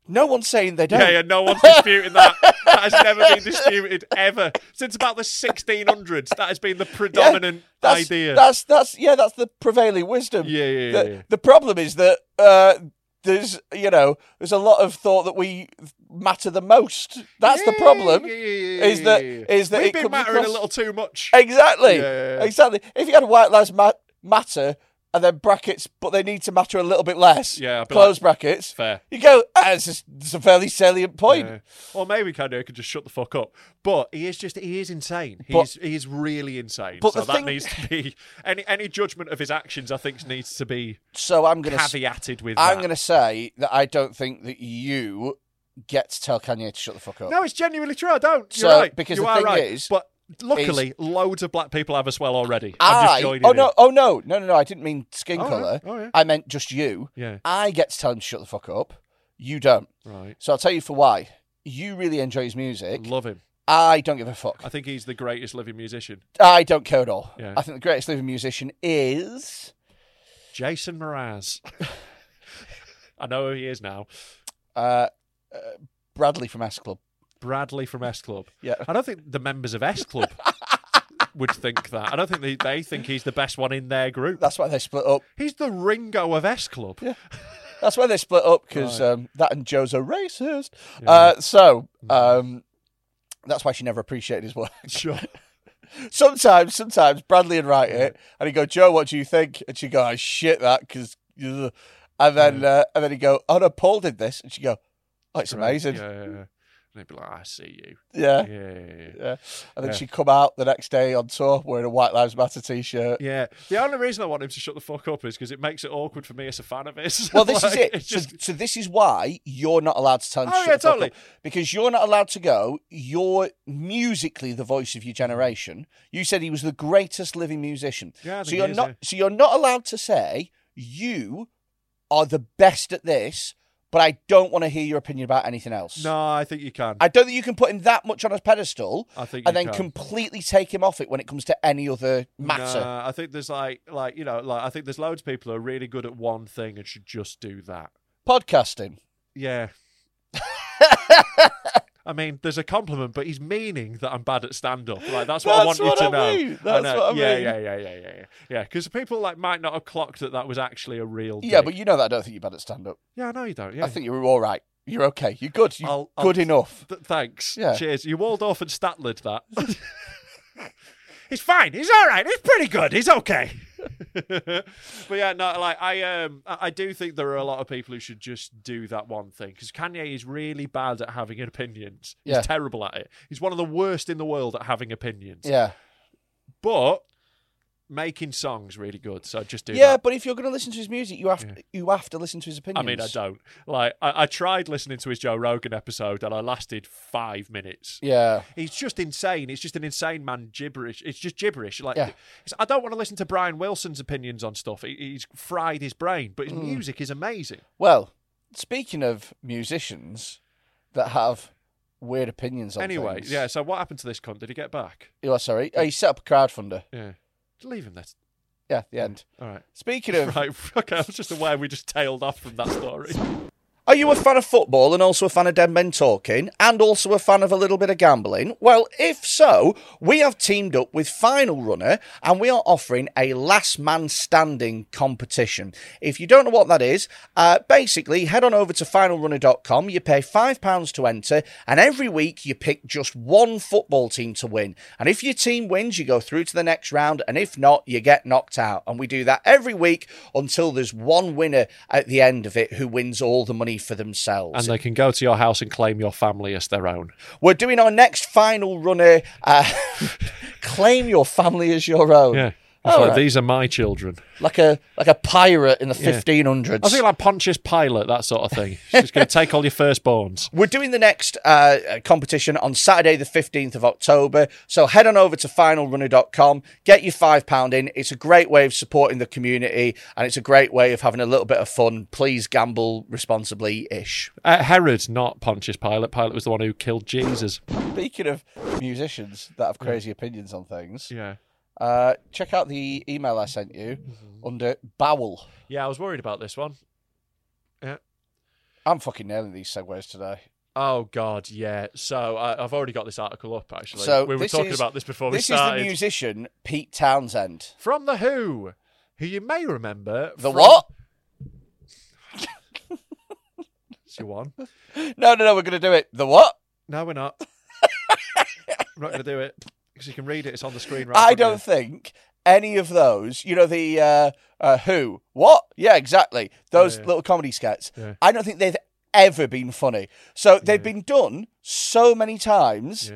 Speaker 2: no one's saying they don't.
Speaker 3: Yeah, yeah, no one's disputing that. That has never been disputed ever since about the 1600s. That has been the
Speaker 2: Yeah,
Speaker 3: predominant
Speaker 2: that's,
Speaker 3: idea.
Speaker 2: That's that's yeah, that's the prevailing wisdom.
Speaker 3: Yeah,
Speaker 2: the,
Speaker 3: yeah, yeah, yeah.
Speaker 2: the problem is that uh, there's you know there's a lot of thought that we matter the most. That's the
Speaker 3: Yeah,
Speaker 2: problem.
Speaker 3: yeah, yeah, yeah,
Speaker 2: Is that
Speaker 3: yeah, yeah.
Speaker 2: is that
Speaker 3: we've
Speaker 2: it
Speaker 3: been
Speaker 2: comes
Speaker 3: mattering a
Speaker 2: across-
Speaker 3: little too much?
Speaker 2: Exactly.
Speaker 3: Yeah, yeah, yeah.
Speaker 2: Exactly. If you had white lives ma- matter and then brackets, but they need to matter a little bit less.
Speaker 3: Yeah, I'd be
Speaker 2: Close
Speaker 3: like,
Speaker 2: brackets.
Speaker 3: fair.
Speaker 2: You go. Ah, it's, just, it's a fairly salient point.
Speaker 3: Yeah. Or maybe Kanye could just shut the fuck up. But he is just he is insane.
Speaker 2: But-
Speaker 3: He's he is really insane.
Speaker 2: But
Speaker 3: so
Speaker 2: the
Speaker 3: that
Speaker 2: thing-
Speaker 3: needs to be any any judgment of his actions I think needs to be
Speaker 2: So I'm gonna. s-
Speaker 3: caveated with
Speaker 2: I'm
Speaker 3: that.
Speaker 2: gonna say that I don't think that you get to tell Kanye to shut the fuck up.
Speaker 3: No, it's genuinely true. I don't. You're
Speaker 2: So,
Speaker 3: right.
Speaker 2: because
Speaker 3: you
Speaker 2: the
Speaker 3: are
Speaker 2: thing
Speaker 3: right.
Speaker 2: is-
Speaker 3: but luckily, loads of black people have a swell already.
Speaker 2: I,
Speaker 3: I'm just joining
Speaker 2: oh
Speaker 3: in.
Speaker 2: no, oh no, no, no, no! I didn't mean skin
Speaker 3: Oh, yeah.
Speaker 2: color.
Speaker 3: Oh, yeah.
Speaker 2: I meant just you.
Speaker 3: Yeah.
Speaker 2: I get to tell him to shut the fuck up. You don't.
Speaker 3: Right.
Speaker 2: So I'll tell you for why. You really enjoy his music.
Speaker 3: Love him.
Speaker 2: I don't give a fuck.
Speaker 3: I think he's the greatest living musician.
Speaker 2: I don't care at all.
Speaker 3: Yeah.
Speaker 2: I think the greatest living musician is.
Speaker 3: Jason Mraz. <laughs> I know who he is now.
Speaker 2: Uh, uh, Bradley from S Club.
Speaker 3: Bradley from S Club.
Speaker 2: Yeah.
Speaker 3: I don't think the members of
Speaker 2: <laughs>
Speaker 3: S Club would think that. I don't think they, they think he's the best one in their group.
Speaker 2: That's why they split up.
Speaker 3: He's the Ringo of S Club.
Speaker 2: That's why they split up because
Speaker 3: Right. Mm.
Speaker 2: um, that and Joe's are racist. Uh, so um, that's why she never appreciated his work.
Speaker 3: Sure.
Speaker 2: <laughs> sometimes, sometimes Bradley would write it, and he'd go, "Joe, what do you think?" And she'd go, "I shit that," because, <laughs> and then uh, and then he'd go, "Oh no, Paul did this," and she'd go, "Oh, it's amazing."
Speaker 3: Yeah, yeah, yeah. And they'd be like, I see you.
Speaker 2: Yeah.
Speaker 3: Yeah. yeah, yeah.
Speaker 2: Yeah. And then
Speaker 3: Yeah.
Speaker 2: she'd come out the next day on tour wearing a White Lives Matter t shirt.
Speaker 3: Yeah. The only reason I want him to shut the fuck up is because it makes it awkward for me as a fan of his.
Speaker 2: <laughs> Well,
Speaker 3: <laughs>
Speaker 2: this
Speaker 3: Like,
Speaker 2: is it.
Speaker 3: it's
Speaker 2: So,
Speaker 3: just,
Speaker 2: so this is why you're not allowed to tell him to
Speaker 3: Oh,
Speaker 2: shut
Speaker 3: yeah,
Speaker 2: the fuck
Speaker 3: totally.
Speaker 2: up. Because you're not allowed to go. You're musically the voice of your generation. You said he was the greatest living musician.
Speaker 3: Yeah, I
Speaker 2: so
Speaker 3: think
Speaker 2: you're
Speaker 3: he is,
Speaker 2: not
Speaker 3: yeah.
Speaker 2: so you're not allowed to say you are the best at this, but I don't want to hear your opinion about anything else.
Speaker 3: no, I think you can.
Speaker 2: I don't think you can put him that much on a pedestal
Speaker 3: I think
Speaker 2: and
Speaker 3: you
Speaker 2: then
Speaker 3: can.
Speaker 2: completely take him off it when it comes to any other matter.
Speaker 3: Nah, I think there's like, like you know, like I think there's loads of people who are really good at one thing and should just do that.
Speaker 2: Podcasting. <laughs>
Speaker 3: Yeah. I mean, there's a compliment, but he's meaning that I'm bad at stand up. Like that's what I
Speaker 2: That's what
Speaker 3: want you
Speaker 2: I
Speaker 3: to know.
Speaker 2: mean. That's
Speaker 3: know.
Speaker 2: what I
Speaker 3: yeah,
Speaker 2: mean.
Speaker 3: yeah, yeah, yeah, yeah, yeah. Yeah, because people like might not have clocked that that was actually a real.
Speaker 2: Yeah,
Speaker 3: dig.
Speaker 2: but you know that I don't think you're bad at stand up.
Speaker 3: yeah, I know you don't. Yeah,
Speaker 2: I think you're all right. You're okay. You're good. You're
Speaker 3: I'll- I'll-
Speaker 2: good enough.
Speaker 3: Th- thanks.
Speaker 2: Yeah.
Speaker 3: Cheers. You Waldorf and
Speaker 2: <laughs>
Speaker 3: Statlered that. He's fine. He's all right. He's pretty good. He's okay. <laughs> but yeah, no, like I um I I do think there are a lot of people who should just do that one thing because Kanye is really bad at having opinions.
Speaker 2: Yeah.
Speaker 3: He's terrible at it. He's one of the worst in the world at having opinions.
Speaker 2: Yeah.
Speaker 3: But making songs really good. So just do
Speaker 2: yeah,
Speaker 3: that.
Speaker 2: but if you're going to listen to his music, you have you have to listen to his
Speaker 3: I
Speaker 2: opinions.
Speaker 3: mean, I don't like. I, I tried listening to his Joe Rogan episode, and I lasted five minutes.
Speaker 2: Yeah.
Speaker 3: He's just insane. It's just an insane man gibberish. It's just gibberish. Like
Speaker 2: Yeah.
Speaker 3: it's- I don't want to listen to Brian Wilson's opinions on stuff. He, he's fried his brain, but his
Speaker 2: Mm.
Speaker 3: music is amazing.
Speaker 2: Well, speaking of musicians that have weird opinions on
Speaker 3: anyway,
Speaker 2: things.
Speaker 3: yeah. So what happened to this cunt? Did he get back?
Speaker 2: You are sorry. Oh, he set up a crowdfunder.
Speaker 3: Yeah. Leave him there.
Speaker 2: Yeah, the end.
Speaker 3: All Mm. right.
Speaker 2: Speaking of <laughs>
Speaker 3: <laughs> Right. Okay. I was just aware we just tailed off from that story.
Speaker 2: Are you a fan of football and also a fan of Dead Men Talking and also a fan of a little bit of gambling? Well, if so, we have teamed up with Final Runner and we are offering a last man standing competition. If you don't know what that is, uh, basically head on over to finalrunner.com. You pay £5 to enter and every week you pick just one football team to win. And if your team wins, you go through to the next round. And if not, you get knocked out. And we do that every week until there's one winner at the end of it who wins all the money for
Speaker 3: And
Speaker 2: themselves.
Speaker 3: they can go to your house and claim your family as their own.
Speaker 2: We're doing our next final runner. Uh, <laughs> claim your family as your own.
Speaker 3: Yeah.
Speaker 2: Oh.
Speaker 3: It's
Speaker 2: All
Speaker 3: like,
Speaker 2: right.
Speaker 3: These are my children.
Speaker 2: Like a like a pirate in the
Speaker 3: Yeah.
Speaker 2: 1500s.
Speaker 3: I think like Pontius Pilate, that sort of thing.
Speaker 2: <laughs>
Speaker 3: She's just going to take all your firstborns.
Speaker 2: We're doing the next uh, competition on Saturday, the 15th of October. So head on over to finalrunner.com, get your £5 in. It's a great way of supporting the community and it's a great way of having a little bit of fun. Please gamble responsibly ish.
Speaker 3: Uh, Herod, not Pontius Pilate. Pilate was the one who killed Jesus.
Speaker 2: Speaking of musicians that have crazy opinions on things,
Speaker 3: Yeah.
Speaker 2: uh, check out the email I sent you
Speaker 3: Mm-hmm.
Speaker 2: under Bowel.
Speaker 3: Yeah, I was worried about this one.
Speaker 2: I'm fucking nailing these segues today.
Speaker 3: Oh God, yeah. So I I've already got this article up. Actually,
Speaker 2: So
Speaker 3: we were
Speaker 2: this
Speaker 3: talking
Speaker 2: is-
Speaker 3: about this before we
Speaker 2: This is
Speaker 3: started.
Speaker 2: the musician Pete Townsend.
Speaker 3: From the Who, who you may remember.
Speaker 2: The
Speaker 3: from-
Speaker 2: what?
Speaker 3: It's your one.
Speaker 2: No, no, no, we're going to do it. The what?
Speaker 3: No,
Speaker 2: <laughs>
Speaker 3: we're not. I'm not going to do it because you can read it. It's on the screen right.
Speaker 2: I
Speaker 3: in front of
Speaker 2: don't think any of those, you know, the uh, uh, who, what, yeah, exactly, those
Speaker 3: Yeah.
Speaker 2: little comedy skets.
Speaker 3: Yeah.
Speaker 2: I don't think they've ever been funny. So they've been done so many times.
Speaker 3: you.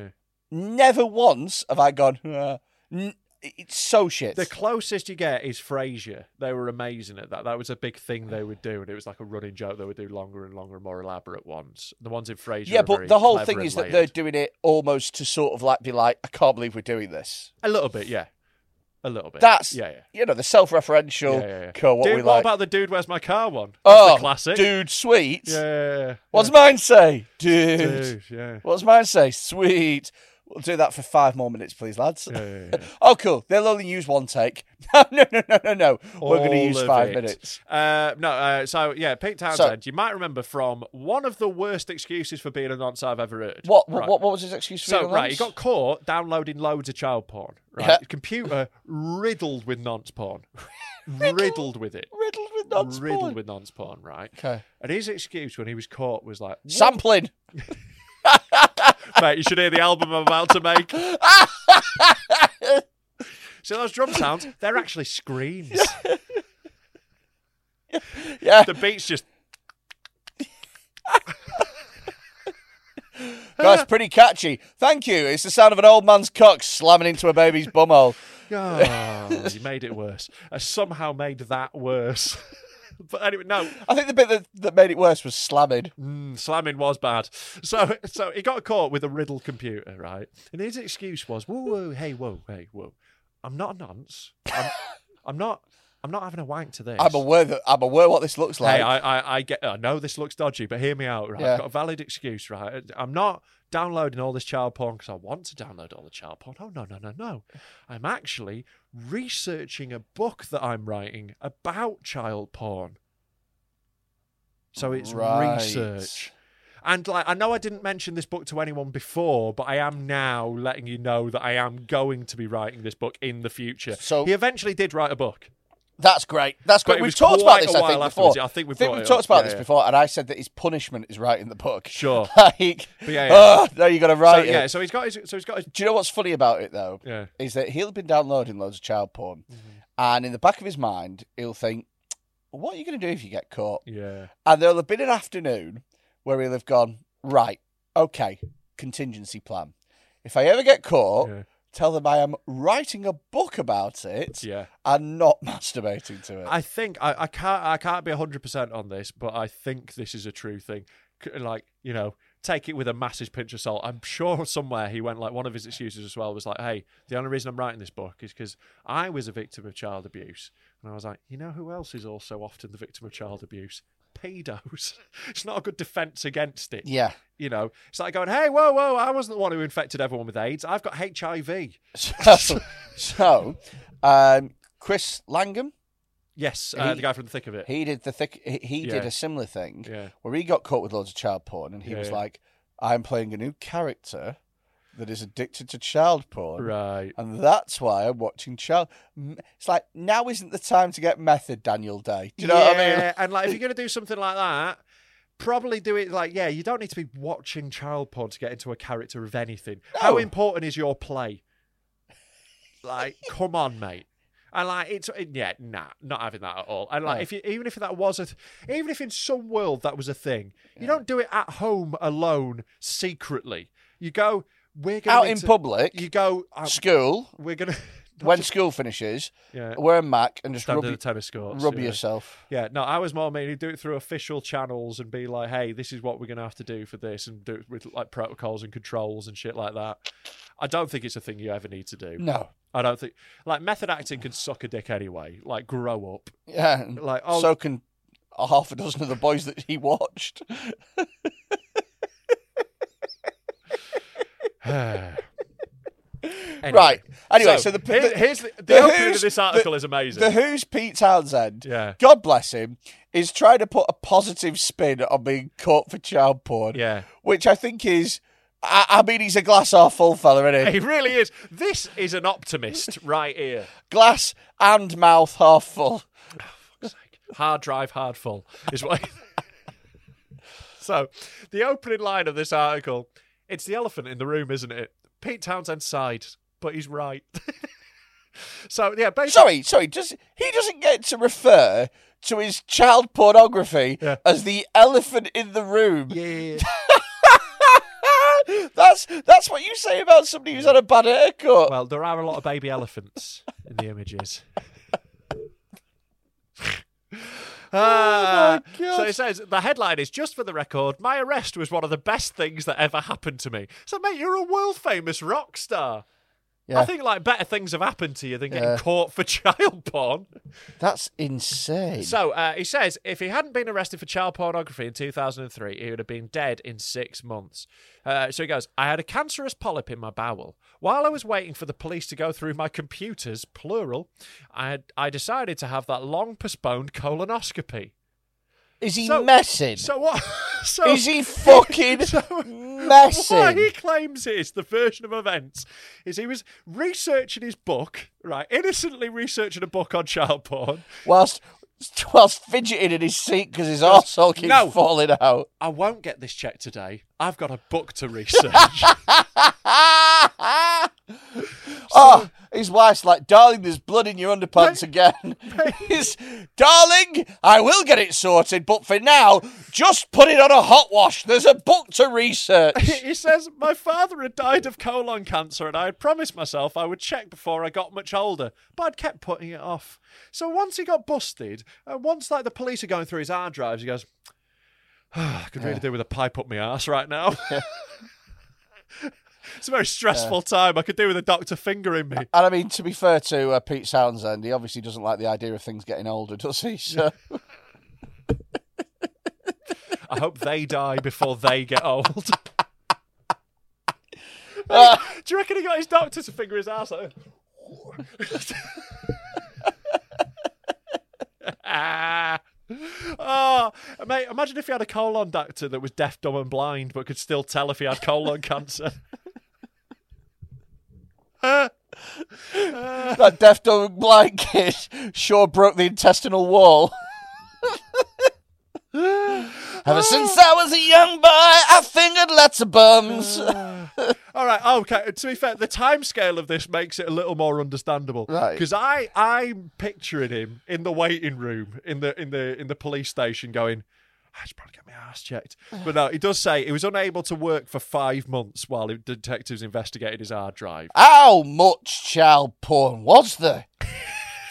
Speaker 3: Yeah.
Speaker 2: Never once have I gone. "Uh, n- it's so shit.
Speaker 3: The closest you get is Frasier. They were amazing at that. That was a big thing they would do, and it was like a running joke. They would do longer and longer and more elaborate ones. The ones in Frasier.
Speaker 2: yeah,
Speaker 3: are very
Speaker 2: but the whole
Speaker 3: clever
Speaker 2: thing
Speaker 3: and
Speaker 2: is that they're
Speaker 3: layered.
Speaker 2: doing it almost to sort of like be like, I can't believe we're doing this.
Speaker 3: a little bit, yeah, a little bit.
Speaker 2: That's
Speaker 3: yeah, yeah.
Speaker 2: you know the self-referential.
Speaker 3: Yeah, yeah, yeah.
Speaker 2: "Co, what
Speaker 3: dude,
Speaker 2: we
Speaker 3: what
Speaker 2: like.
Speaker 3: about the dude? Where's my car? One. That's
Speaker 2: oh,
Speaker 3: the classic.
Speaker 2: dude, sweet.
Speaker 3: Yeah, yeah, yeah.
Speaker 2: What's
Speaker 3: yeah.
Speaker 2: mine say, dude?
Speaker 3: Dude, yeah.
Speaker 2: What's mine say? Sweet. We'll do that for five more minutes, please, lads. <laughs>
Speaker 3: Yeah, yeah, yeah.
Speaker 2: oh, cool. They'll only use one take. <laughs> No, no, no, no, no, no. We're going to
Speaker 3: All
Speaker 2: use
Speaker 3: of
Speaker 2: five
Speaker 3: it.
Speaker 2: minutes.
Speaker 3: Uh, no, uh, so yeah, Pete Townsend. you might remember from one of the worst excuses for being a nonce I've ever heard.
Speaker 2: What, what,
Speaker 3: Right.
Speaker 2: what, what was his excuse for
Speaker 3: So
Speaker 2: being a
Speaker 3: right, he
Speaker 2: nonce?
Speaker 3: got caught downloading loads of child porn. Right,
Speaker 2: Yeah.
Speaker 3: computer riddled with
Speaker 2: <laughs>
Speaker 3: nonce porn, riddled with it,
Speaker 2: riddled with nonce.
Speaker 3: riddled
Speaker 2: porn.
Speaker 3: with nonce porn. Right,
Speaker 2: Okay.
Speaker 3: and his excuse when he was caught was like, "What
Speaker 2: Sampling.
Speaker 3: Mate, you should hear the album I'm about to make. <laughs> so those drum sounds, they're actually screams.
Speaker 2: Yeah.
Speaker 3: The beat's just
Speaker 2: That's pretty catchy. Thank you. It's the sound of an old man's cock slamming into a baby's bumhole.
Speaker 3: oh, you made it worse. I somehow made that worse. <laughs> but anyway, no,
Speaker 2: I think the bit that, that made it worse was slamming.
Speaker 3: mm, slamming was bad. So so he got caught with a riddled computer, right? And his excuse was, whoa, whoa, hey, whoa, hey, whoa. I'm not a nonce. I'm, I'm not I'm not having a wank to this.
Speaker 2: I'm aware that I'm aware what this looks like.
Speaker 3: hey, I, I, I get. I know this looks dodgy, but hear me out. Right,
Speaker 2: Yeah.
Speaker 3: I've got a valid excuse. Right, I'm not downloading all this child porn because I want to download all the child porn. Oh no, no, no, no! I'm actually researching a book that I'm writing about child porn. So it's
Speaker 2: Right.
Speaker 3: research. And like I know I didn't mention this book to anyone before, but I am now letting you know that I am going to be writing this book in the future.
Speaker 2: So-
Speaker 3: he eventually did write a book.
Speaker 2: That's great. That's
Speaker 3: But
Speaker 2: great.
Speaker 3: it
Speaker 2: We've
Speaker 3: was
Speaker 2: talked about
Speaker 3: quite a
Speaker 2: this, I think,
Speaker 3: while
Speaker 2: before.
Speaker 3: afterwards. I think we've brought
Speaker 2: we've
Speaker 3: it
Speaker 2: talked
Speaker 3: up.
Speaker 2: about
Speaker 3: Yeah,
Speaker 2: this
Speaker 3: yeah.
Speaker 2: before, and I said that his punishment is writing the book. <laughs>
Speaker 3: Sure.
Speaker 2: like,
Speaker 3: But yeah, yeah.
Speaker 2: "Ah, now you got to write
Speaker 3: so,
Speaker 2: it.
Speaker 3: yeah, so he's got his. So he's got his.
Speaker 2: Do you know what's funny about it though?
Speaker 3: Yeah. Mm-hmm.
Speaker 2: Is that he'll been downloading loads of child porn, and in the back of his mind, he'll think, "What are you going to do if you get caught?"
Speaker 3: Yeah.
Speaker 2: And there'll have been an afternoon where he'll have gone, "Right, okay, contingency plan. If I ever get caught."
Speaker 3: Yeah.
Speaker 2: Tell them I am writing a book about it
Speaker 3: Yeah.
Speaker 2: and not <laughs> masturbating to it.
Speaker 3: I think I, I can't I can't be hundred percent on this, but I think this is a true thing. C- Like you know, take it with a massive pinch of salt. I'm sure somewhere he went like one of his excuses as well was like, "Hey, the only reason I'm writing this book is because I was a victim of child abuse," and I was like, "You know who else is also often the victim of child abuse?" Pedos. <laughs> it's not a good defense against it.
Speaker 2: yeah. <laughs>
Speaker 3: You know, it's like going, "Hey, whoa, whoa! I wasn't the one who infected everyone with AIDS. I've got HIV."
Speaker 2: So, so um, Chris Langham,
Speaker 3: Yes, uh,
Speaker 2: He-
Speaker 3: the guy from the thick of it.
Speaker 2: He did the thick. He, he did
Speaker 3: Yeah.
Speaker 2: a similar thing
Speaker 3: Yeah.
Speaker 2: where he got caught with loads of child porn, and he
Speaker 3: Yeah,
Speaker 2: was
Speaker 3: yeah.
Speaker 2: like, "I'm playing a new character that is addicted to child porn,
Speaker 3: right.
Speaker 2: and that's why I'm watching child." M- It's like now isn't the time to get method, Daniel Day. Do you know what I mean?
Speaker 3: Yeah, And like, if you're going to do something like that, probably do it like, yeah, you don't need to be watching child porn to get into a character of anything. How
Speaker 2: No.
Speaker 3: important is your play? Like, come on, mate. And like, it's yeah, nah, not having that at all. And like,
Speaker 2: No.
Speaker 3: if you even if that was a, th- even if in some world that was a thing, you don't do it at home alone secretly. You go, we're going
Speaker 2: Out in public,
Speaker 3: You go, uh,
Speaker 2: School
Speaker 3: we're gonna <laughs>
Speaker 2: when school finishes,
Speaker 3: Yeah.
Speaker 2: wear a mac and just
Speaker 3: stand
Speaker 2: rub,
Speaker 3: in the
Speaker 2: your-
Speaker 3: tennis courts,
Speaker 2: rub
Speaker 3: yeah.
Speaker 2: yourself.
Speaker 3: Yeah, no, I was more meaning do it through official channels and be like, hey, this is what we're gonna have to do for this, and do it with like protocols and controls and shit like that. I don't think it's a thing you ever need to do.
Speaker 2: No, <laughs>
Speaker 3: I don't think like method acting can suck a dick anyway. Like grow up. <sighs>
Speaker 2: yeah,
Speaker 3: Like, oh-
Speaker 2: so can a half a dozen of the boys that he watched.
Speaker 3: Anyway.
Speaker 2: Right. Anyway, so, the,
Speaker 3: here-
Speaker 2: the-
Speaker 3: here's the, the,
Speaker 2: the
Speaker 3: opening of
Speaker 2: Who's-
Speaker 3: this article
Speaker 2: the-
Speaker 3: is amazing.
Speaker 2: The Who's Pete Townsend,
Speaker 3: Yeah.
Speaker 2: God bless him, is trying to put a positive spin on being caught for child porn.
Speaker 3: Yeah.
Speaker 2: Which I think is, I, I mean, he's a glass half full fella, isn't
Speaker 3: he
Speaker 2: he?
Speaker 3: really is. This is an optimist right here.
Speaker 2: glass and mouth half full.
Speaker 3: hard drive, hard full is what. <laughs> so, the opening line of this article: it's the elephant in the room, isn't it? Pete Townsend sighed, but he's right. <laughs> so yeah, basically,
Speaker 2: Sorry, sorry. Just he doesn't get to refer to his child pornography
Speaker 3: Yeah.
Speaker 2: as the elephant in the room.
Speaker 3: yeah,
Speaker 2: <laughs> that's that's what you say about somebody who's had a bad haircut.
Speaker 3: Well, there are a lot of baby elephants in the images. Ah, so it says the headline is just for the record. My arrest was one of the best things that ever happened to me. So, mate, you're a world famous rock star. I
Speaker 2: Yeah.
Speaker 3: think like better things have happened to you than getting
Speaker 2: Yeah.
Speaker 3: caught for <laughs> child porn.
Speaker 2: that's insane.
Speaker 3: So uh, he says if he hadn't been arrested for child pornography in 2003, he would have been dead in six months. Uh, so he goes, I had a cancerous polyp in my bowel. While I was waiting for the police to go through my computers, plural, I had, I decided to have that long postponed colonoscopy.
Speaker 2: Is he
Speaker 3: So-
Speaker 2: messing?
Speaker 3: So what? <laughs> So
Speaker 2: Is he
Speaker 3: <laughs>
Speaker 2: fucking messing?
Speaker 3: What he claims is the version of events is he was researching his book, right? Innocently researching a book on child porn.
Speaker 2: whilst whilst fidgeting in his seat because his arsehole keeps
Speaker 3: No.
Speaker 2: falling out. <laughs>
Speaker 3: I won't get this checked today. I've got a book to research.
Speaker 2: oh, his wife's like, darling, there's blood in your underpants again. <laughs> He's, darling, I will get it sorted, but for now, just put it on a hot wash. There's a book to research.
Speaker 3: <laughs> he says, My father had died of colon cancer, and I had promised myself I would check before I got much older, but I'd kept putting it off. So once he got busted, and once like the police are going through his hard drives, he goes, <sighs> "Ah, I could really do with a pipe up my ass right now. <laughs> it's a very stressful time. I could do with a doctor fingering me.
Speaker 2: And I mean, to be fair to uh, Pete Townsend, he obviously doesn't like the idea of things getting older, does he? So,
Speaker 3: I hope they die before they get old. Do you reckon he got his doctor to finger his ass? Like, ah. Oh, mate, imagine if he had a colon doctor that was deaf, dumb, and blind, but could still tell if he had colon cancer.
Speaker 2: that deaf, dumb, blind kid sure broke the intestinal wall. Ever since I was a young boy, I fingered lots of bums.
Speaker 3: All right. Okay. uh, To be fair, the time scale of this makes it a little more understandable.
Speaker 2: Right.
Speaker 3: Because I I'm picturing him in the waiting room in the in the in the police station going. I should probably get my ass <sighs> checked. But no, he does say he was unable to work for five months while the detectives investigated his hard drive.
Speaker 2: How much child porn was there?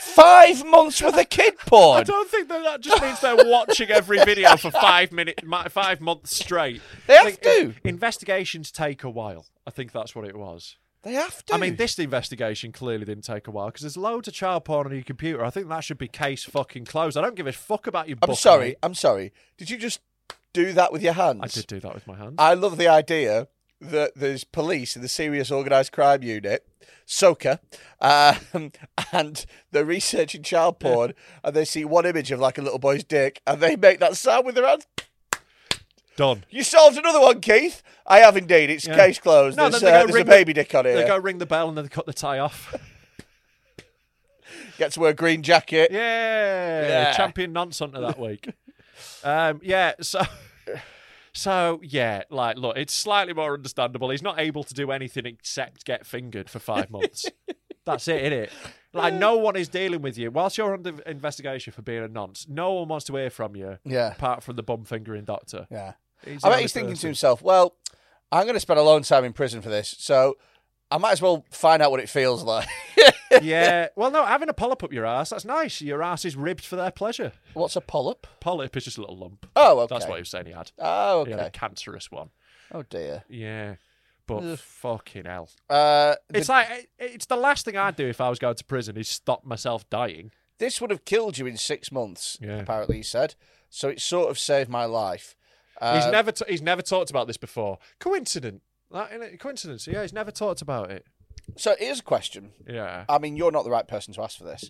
Speaker 2: Five months worth of kid
Speaker 3: I
Speaker 2: porn.
Speaker 3: don't think that that just means <laughs> they're watching every video for five minute, mi- five months straight.
Speaker 2: They have
Speaker 3: I think
Speaker 2: to.
Speaker 3: i- Investigations take a while. I think that's what it was.
Speaker 2: They have to.
Speaker 3: I mean, this investigation clearly didn't take a while because there's loads of child porn on your computer. I think that should be case fucking closed. I don't give a fuck about your.
Speaker 2: I'm
Speaker 3: book,
Speaker 2: sorry.
Speaker 3: mate.
Speaker 2: I'm sorry. Did you just do that with your hands?
Speaker 3: I did do
Speaker 2: Uh,
Speaker 3: that with my hand.
Speaker 2: I love the idea that there's police in the serious organised crime unit Soka, um, <laughs> and they're researching child
Speaker 3: <laughs>
Speaker 2: porn, and they see one image of like a little boy's dick, and they make that sound with their hands.
Speaker 3: Done.
Speaker 2: You solved another one, Keith. I have indeed. It's
Speaker 3: Yeah.
Speaker 2: case closed.
Speaker 3: No,
Speaker 2: there's
Speaker 3: then they
Speaker 2: uh,
Speaker 3: go
Speaker 2: there's a
Speaker 3: ring
Speaker 2: baby
Speaker 3: the,
Speaker 2: dick on
Speaker 3: They
Speaker 2: here.
Speaker 3: go ring the bell and then they cut the tie off.
Speaker 2: Get to wear a green jacket.
Speaker 3: Yeah,
Speaker 2: Yeah.
Speaker 3: champion nonce hunter that week. um, yeah, so so yeah, like look, it's slightly more understandable. He's not able to do anything except get fingered for
Speaker 2: <laughs>
Speaker 3: five months. That's it, innit? Like no one is dealing with you whilst you're under investigation for being a nonce. No one wants to hear from you,
Speaker 2: Yeah.
Speaker 3: apart from the bum fingering
Speaker 2: <laughs>
Speaker 3: doctor.
Speaker 2: Yeah.
Speaker 3: He's
Speaker 2: I
Speaker 3: the
Speaker 2: bet
Speaker 3: only
Speaker 2: he's thinking to
Speaker 3: person.
Speaker 2: himself, well, I'm going to spend a long time in prison for this, so I might as well find out what it feels like. <laughs>
Speaker 3: yeah. Well, no, having a polyp up your ass, that's nice. Your ass is ribbed for their pleasure.
Speaker 2: What's a polyp?
Speaker 3: Polyp is just a little lump.
Speaker 2: Oh, okay.
Speaker 3: That's what he was saying he had.
Speaker 2: Oh,
Speaker 3: He had a
Speaker 2: okay.
Speaker 3: cancerous one.
Speaker 2: Oh, dear.
Speaker 3: Yeah. But fucking hell.
Speaker 2: Uh, the-
Speaker 3: It's like it- it's the last thing I'd do if I was going to prison is stop myself dying.
Speaker 2: this would have killed you in six months,
Speaker 3: Yeah.
Speaker 2: apparently, he said. So it sort of saved my life.
Speaker 3: he's
Speaker 2: Uh,
Speaker 3: never t- he's never talked about this before. Coincident. That, innit? coincidence. Yeah, he's never talked about it.
Speaker 2: So here's a question.
Speaker 3: Yeah.
Speaker 2: I mean, you're not the right person to ask for this.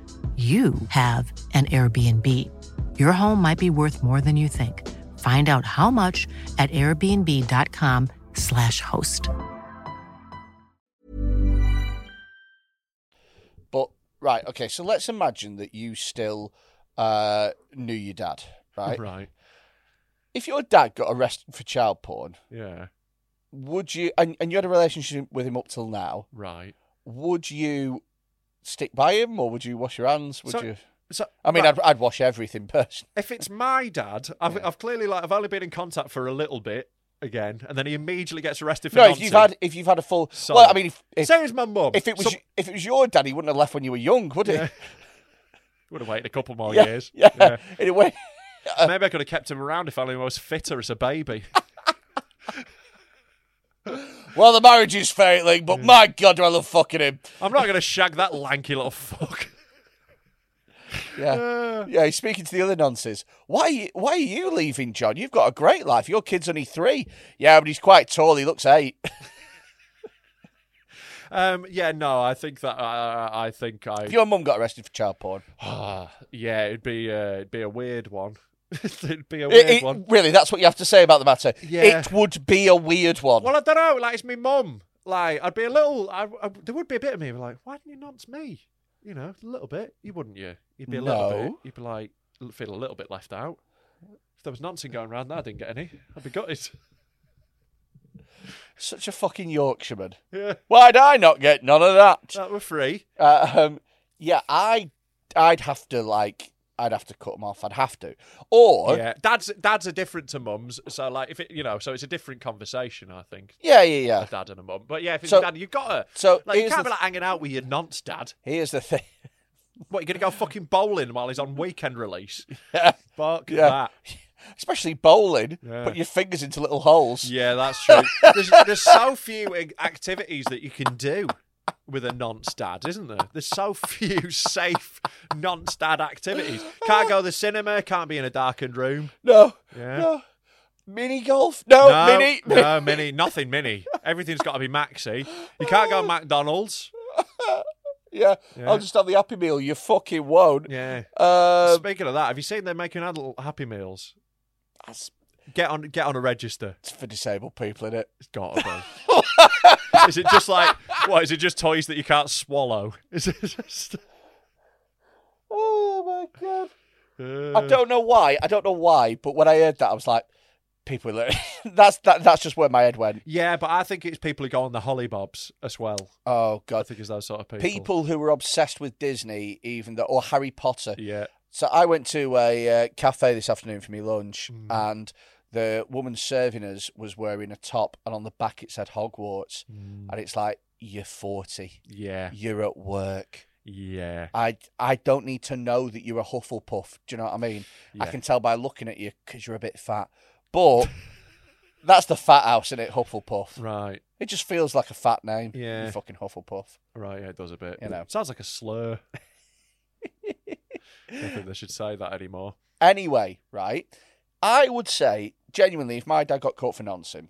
Speaker 4: you have an Airbnb. Your home might be worth more than you think. Find out how much at airbnb.com/slash host.
Speaker 2: But right, okay. So let's imagine that you still uh, knew your dad, right?
Speaker 3: Right.
Speaker 2: If your dad got arrested for child porn,
Speaker 3: Yeah.
Speaker 2: would you? And, and you had a relationship with him up till now.
Speaker 3: Right.
Speaker 2: Would you stick by him, or would you wash your hands? Would
Speaker 3: So-
Speaker 2: you?
Speaker 3: So
Speaker 2: I mean,
Speaker 3: right.
Speaker 2: I'd, I'd wash everything <laughs> personally.
Speaker 3: if it's my dad, I've, I've clearly like I've only been in contact for a little bit again, and then he immediately gets arrested for
Speaker 2: No, if
Speaker 3: nonsense.
Speaker 2: you've had if you've had a full.
Speaker 3: So-
Speaker 2: Well, I mean, if if,
Speaker 3: Same as my mum.
Speaker 2: if it was
Speaker 3: Some-
Speaker 2: y- if it was your dad, he wouldn't have left when you were young, would he?
Speaker 3: Yeah. would have waited a couple more
Speaker 2: yeah,
Speaker 3: years.
Speaker 2: <laughs> yeah. In a way,
Speaker 3: Yeah. Maybe I could have kept him around if only I was fitter as a baby.
Speaker 2: well, the marriage is failing, but my God, do I love fucking him?
Speaker 3: I'm not going to shag that lanky little fuck. <laughs>
Speaker 2: Yeah.
Speaker 3: Uh.
Speaker 2: Yeah, he's speaking to the other nonces. Why are you, why are you leaving, John? You've got a great life. Your kid's only three. Yeah, but he's quite tall. He looks eight.
Speaker 3: Um, yeah, no, I think that uh, I think I
Speaker 2: If your mum got arrested for child porn,
Speaker 3: Ah, <sighs> yeah, it'd be uh, it'd be a weird one. <laughs> it'd be a
Speaker 2: It-
Speaker 3: weird
Speaker 2: it-
Speaker 3: one.
Speaker 2: really, that's what you have to say about the matter.
Speaker 3: Yeah.
Speaker 2: It would be a weird one.
Speaker 3: Well, I don't know. Like, it's my mum. Like, I'd be a little. I, I- there would be a bit of me like, why didn't you nonce me? You know, a little bit. You wouldn't you? You'd be a little bit.
Speaker 2: No.
Speaker 3: You'd be like, l- feel a little bit left out. If there was noncing going around, that I didn't get any. I'd be gutted. <laughs>
Speaker 2: Such a fucking Yorkshireman.
Speaker 3: Yeah,
Speaker 2: Why'd I not get none of that?
Speaker 3: that were free.
Speaker 2: Uh, um, yeah, I, I'd have to like, I'd have to cut him off. I'd have to, or
Speaker 3: Yeah, dads dads are different to mums. So like, if it you know, so it's a different conversation. I think
Speaker 2: yeah, yeah, yeah.
Speaker 3: a dad and a mum. But yeah, if it's
Speaker 2: So-
Speaker 3: a dad, you've got to.
Speaker 2: so
Speaker 3: like, you
Speaker 2: here's
Speaker 3: can't
Speaker 2: the
Speaker 3: be
Speaker 2: th-
Speaker 3: like hanging out with your nonce dad.
Speaker 2: Here's the thing. <laughs>
Speaker 3: What, you're going to go fucking bowling while he's on weekend release?
Speaker 2: <laughs>
Speaker 3: Fuck
Speaker 2: Yeah.
Speaker 3: that.
Speaker 2: Especially bowling,
Speaker 3: Yeah.
Speaker 2: put your fingers into little holes.
Speaker 3: Yeah, that's true. there's, there's so few ac- activities that you can do with a nonce dad, isn't there? There's so few <laughs> safe nonce dad activities. Can't go to the cinema, can't be in a darkened room.
Speaker 2: No.
Speaker 3: Yeah.
Speaker 2: No. Mini golf? No, mini.
Speaker 3: No, mini. Nothing mini. Everything's got to be maxi. You
Speaker 2: <laughs>
Speaker 3: can't go McDonald's.
Speaker 2: Yeah.
Speaker 3: Yeah.
Speaker 2: I'll just have the Happy Meal. You fucking won't.
Speaker 3: Yeah.
Speaker 2: Um,
Speaker 3: Speaking of that, have you seen they're making adult Happy Meals?
Speaker 2: that's-
Speaker 3: get on get on a register.
Speaker 2: It's for disabled people, in it?
Speaker 3: It's gotta be.
Speaker 2: <laughs>
Speaker 3: is it just like what? Is it just toys that you can't swallow? Is it just?
Speaker 2: Oh my god!
Speaker 3: Uh,
Speaker 2: I don't know why. I don't know why, but when I heard that, I was like, people. Are... <laughs> that's that. That's just where my head went.
Speaker 3: Yeah, but I think it's people who go on the hollybobs as well.
Speaker 2: Oh
Speaker 3: I
Speaker 2: god!
Speaker 3: think it's those sort of people.
Speaker 2: People who were obsessed with Disney, even though, or Harry Potter.
Speaker 3: Yeah.
Speaker 2: So I went to a uh, cafe this afternoon for me lunch,
Speaker 3: Mm.
Speaker 2: and the woman serving us was wearing a top, and on the back it said Hogwarts, and it's like you're forty,
Speaker 3: Yeah.
Speaker 2: you're at work.
Speaker 3: Yeah.
Speaker 2: I I don't need to know that you're a Hufflepuff. Do you know what I mean? I
Speaker 3: Yeah.
Speaker 2: can tell by looking at you because you're a bit fat,
Speaker 3: <laughs>
Speaker 2: but. That's the fat house, in it? Hufflepuff.
Speaker 3: Right.
Speaker 2: It just feels like a fat name.
Speaker 3: Yeah.
Speaker 2: You fucking Hufflepuff.
Speaker 3: Right. Yeah, it does a bit.
Speaker 2: You know.
Speaker 3: Sounds like
Speaker 2: <laughs>
Speaker 3: a slur. I don't think they should say that anymore.
Speaker 2: Anyway, right? I would say, genuinely, if my dad got caught for noncing,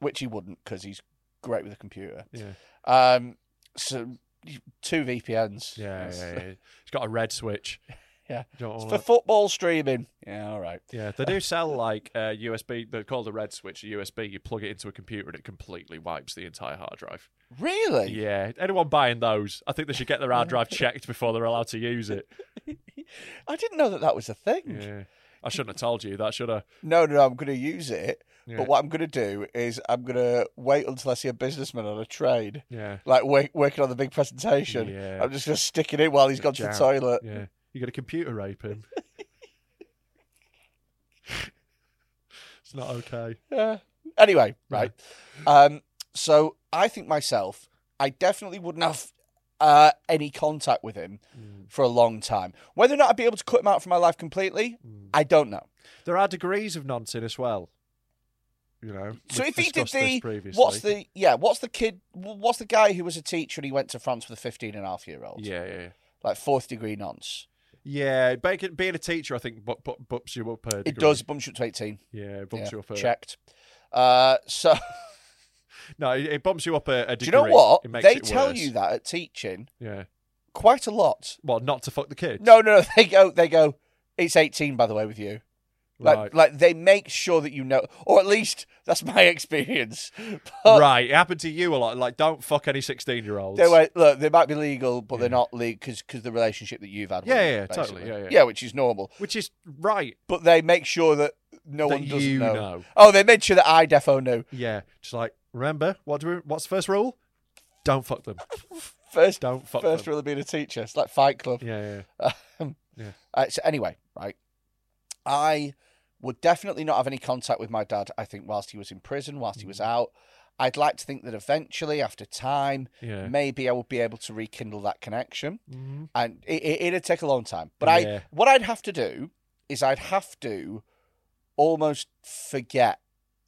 Speaker 2: which he wouldn't because he's great with a computer,
Speaker 3: Yeah.
Speaker 2: um, so two VPNs.
Speaker 3: Yeah.
Speaker 2: That's- <laughs>
Speaker 3: yeah, yeah. It's got a red switch.
Speaker 2: Yeah.
Speaker 3: Don't
Speaker 2: It's
Speaker 3: all
Speaker 2: for
Speaker 3: that.
Speaker 2: football streaming. Yeah, all right.
Speaker 3: Yeah, they do sell like uh, USB. They're called a red switch. A USB. You plug it into a computer and it completely wipes the entire hard drive.
Speaker 2: Really?
Speaker 3: Yeah, anyone buying those, I think they should get their hard drive checked before they're allowed to use it.
Speaker 2: I didn't know that that was a thing.
Speaker 3: Yeah, I shouldn't have told you that, should I?
Speaker 2: No, no, I'm going to use it.
Speaker 3: Yeah.
Speaker 2: But what I'm going to do is I'm going to wait until I see a businessman on a train,
Speaker 3: Yeah,
Speaker 2: like wait, working on the big presentation.
Speaker 3: Yeah.
Speaker 2: I'm just going to stick it in while he's gone to the
Speaker 3: Jam.
Speaker 2: toilet.
Speaker 3: yeah. Uh, You got a computer rape him.
Speaker 2: <laughs>
Speaker 3: it's not okay.
Speaker 2: Yeah. Anyway, right. Um, so I think myself, I definitely wouldn't have uh, any contact with him
Speaker 3: Mm.
Speaker 2: for a long time. Whether or not I'd be able to cut him out from my life completely,
Speaker 3: Mm.
Speaker 2: I don't know.
Speaker 3: There are degrees of nonsense as well. You know.
Speaker 2: So
Speaker 3: we've
Speaker 2: if he did
Speaker 3: discussed this
Speaker 2: the
Speaker 3: previously.
Speaker 2: what's the yeah what's the kid what's the guy who was a teacher and he went to France with a 15 and a half year old
Speaker 3: yeah, yeah, yeah.
Speaker 2: like fourth degree nonce
Speaker 3: yeah. Being, being a teacher, I think, bu- bu- bumps you up. A
Speaker 2: it
Speaker 3: degree.
Speaker 2: does bumps you up to 18
Speaker 3: Yeah, it bumps
Speaker 2: Yeah,
Speaker 3: you up. A,
Speaker 2: checked uh, so <laughs>
Speaker 3: No, it, it bumps you up a, a
Speaker 2: do
Speaker 3: degree.
Speaker 2: you know what
Speaker 3: It makes
Speaker 2: they
Speaker 3: it
Speaker 2: tell
Speaker 3: worse.
Speaker 2: you that at teaching
Speaker 3: Yeah.
Speaker 2: quite a lot
Speaker 3: Well, not to fuck the kids.
Speaker 2: No, no, <laughs> no. They go. They go. It's eighteen, by the way, with you. Like,
Speaker 3: Right. <laughs>
Speaker 2: like they make sure that you know, or at least that's my <laughs> experience. But
Speaker 3: right, it happened to you a lot. Like, don't fuck any sixteen-year-olds.
Speaker 2: oh. They went, look, they might be legal, but they're not legal because the relationship that you've had. with
Speaker 3: Yeah,
Speaker 2: them,
Speaker 3: yeah, totally,
Speaker 2: basically.
Speaker 3: yeah, yeah.
Speaker 2: yeah, which is normal.
Speaker 3: which is right.
Speaker 2: But they make sure that no
Speaker 3: That
Speaker 2: one doesn't
Speaker 3: you
Speaker 2: know.
Speaker 3: know.
Speaker 2: Oh, they made sure that I defo knew
Speaker 3: Yeah, just like remember what do we, what's the first rule? Don't fuck them.
Speaker 2: first.
Speaker 3: Don't fuck
Speaker 2: first
Speaker 3: them.
Speaker 2: rule of being a teacher. It's like Fight Club.
Speaker 3: Yeah, yeah,
Speaker 2: Um,
Speaker 3: Yeah.
Speaker 2: uh, so anyway, right, I would definitely not have any contact with my dad. I think whilst he was in prison, whilst he was
Speaker 3: Mm.
Speaker 2: out, I'd like to think that eventually, after time,
Speaker 3: yeah.
Speaker 2: maybe I would be able to rekindle that connection,
Speaker 3: Mhm.
Speaker 2: and it, it, it'd take a long time. But
Speaker 3: Yeah.
Speaker 2: I, what I'd have to do is I'd have to almost forget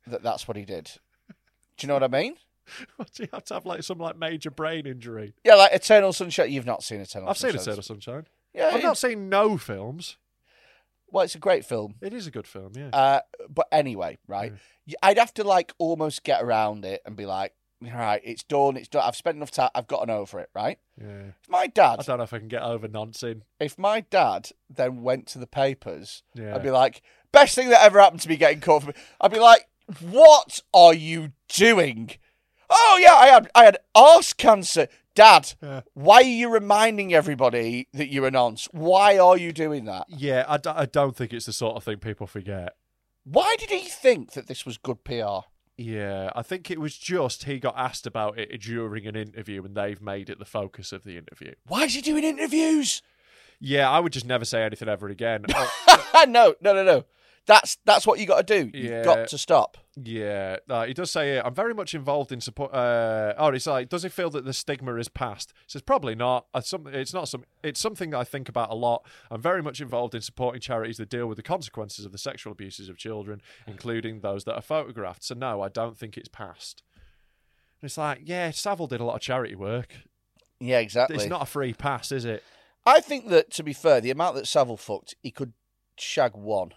Speaker 2: that that's what he did. Do you know what I mean?
Speaker 3: <laughs> What, do you have to have like some like major brain injury?
Speaker 2: Yeah, like Eternal Sunshine. You've not seen Eternal
Speaker 3: I've seen
Speaker 2: Sunshine.
Speaker 3: Eternal Sunshine.
Speaker 2: Yeah,
Speaker 3: I've
Speaker 2: it-
Speaker 3: not seen no films.
Speaker 2: well, it's a great film.
Speaker 3: It is a good film. Yeah.
Speaker 2: Uh, but anyway, right?
Speaker 3: Mm.
Speaker 2: y- I'd have to like almost get around it and be like, right, it's done, it's done. I've spent enough time, I've gotten over it, right?
Speaker 3: yeah.
Speaker 2: If my
Speaker 3: I
Speaker 2: dad,
Speaker 3: don't know if I can get over noncing.
Speaker 2: if my dad then went to the papers,
Speaker 3: Yeah.
Speaker 2: I'd be like, best thing that ever happened to me getting caught for me. I'd be like, what are you doing? Oh yeah, I had I had arse cancer. Dad,
Speaker 3: Yeah.
Speaker 2: why are you reminding everybody that you're a nonce? Why are you doing that?
Speaker 3: Yeah, I, d- I don't think it's the sort of thing people forget.
Speaker 2: Why did he think that this was good PR?
Speaker 3: Yeah, I think it was just he got asked about it during an interview and they've made it the focus of the interview.
Speaker 2: Why is he doing interviews?
Speaker 3: Yeah, I would just never say anything ever <laughs> again. Oh,
Speaker 2: <laughs> no, no, no, no. That's that's what you got to do.
Speaker 3: Yeah.
Speaker 2: You've got to stop.
Speaker 3: yeah, no, he does say it. I'm very much involved in support. Uh, oh, it's like, does it feel that the stigma is past? He says probably not. I, some, it's not some. It's something I think about a lot. I'm very much involved in supporting charities that deal with the consequences of the sexual abuses of children, including those that are photographed. So no, I don't think it's past. And it's like, yeah, Savile did a lot of charity work.
Speaker 2: Yeah, exactly.
Speaker 3: It's not a free pass, is it?
Speaker 2: I think that to be fair, the amount that Savile fucked, he could shag one.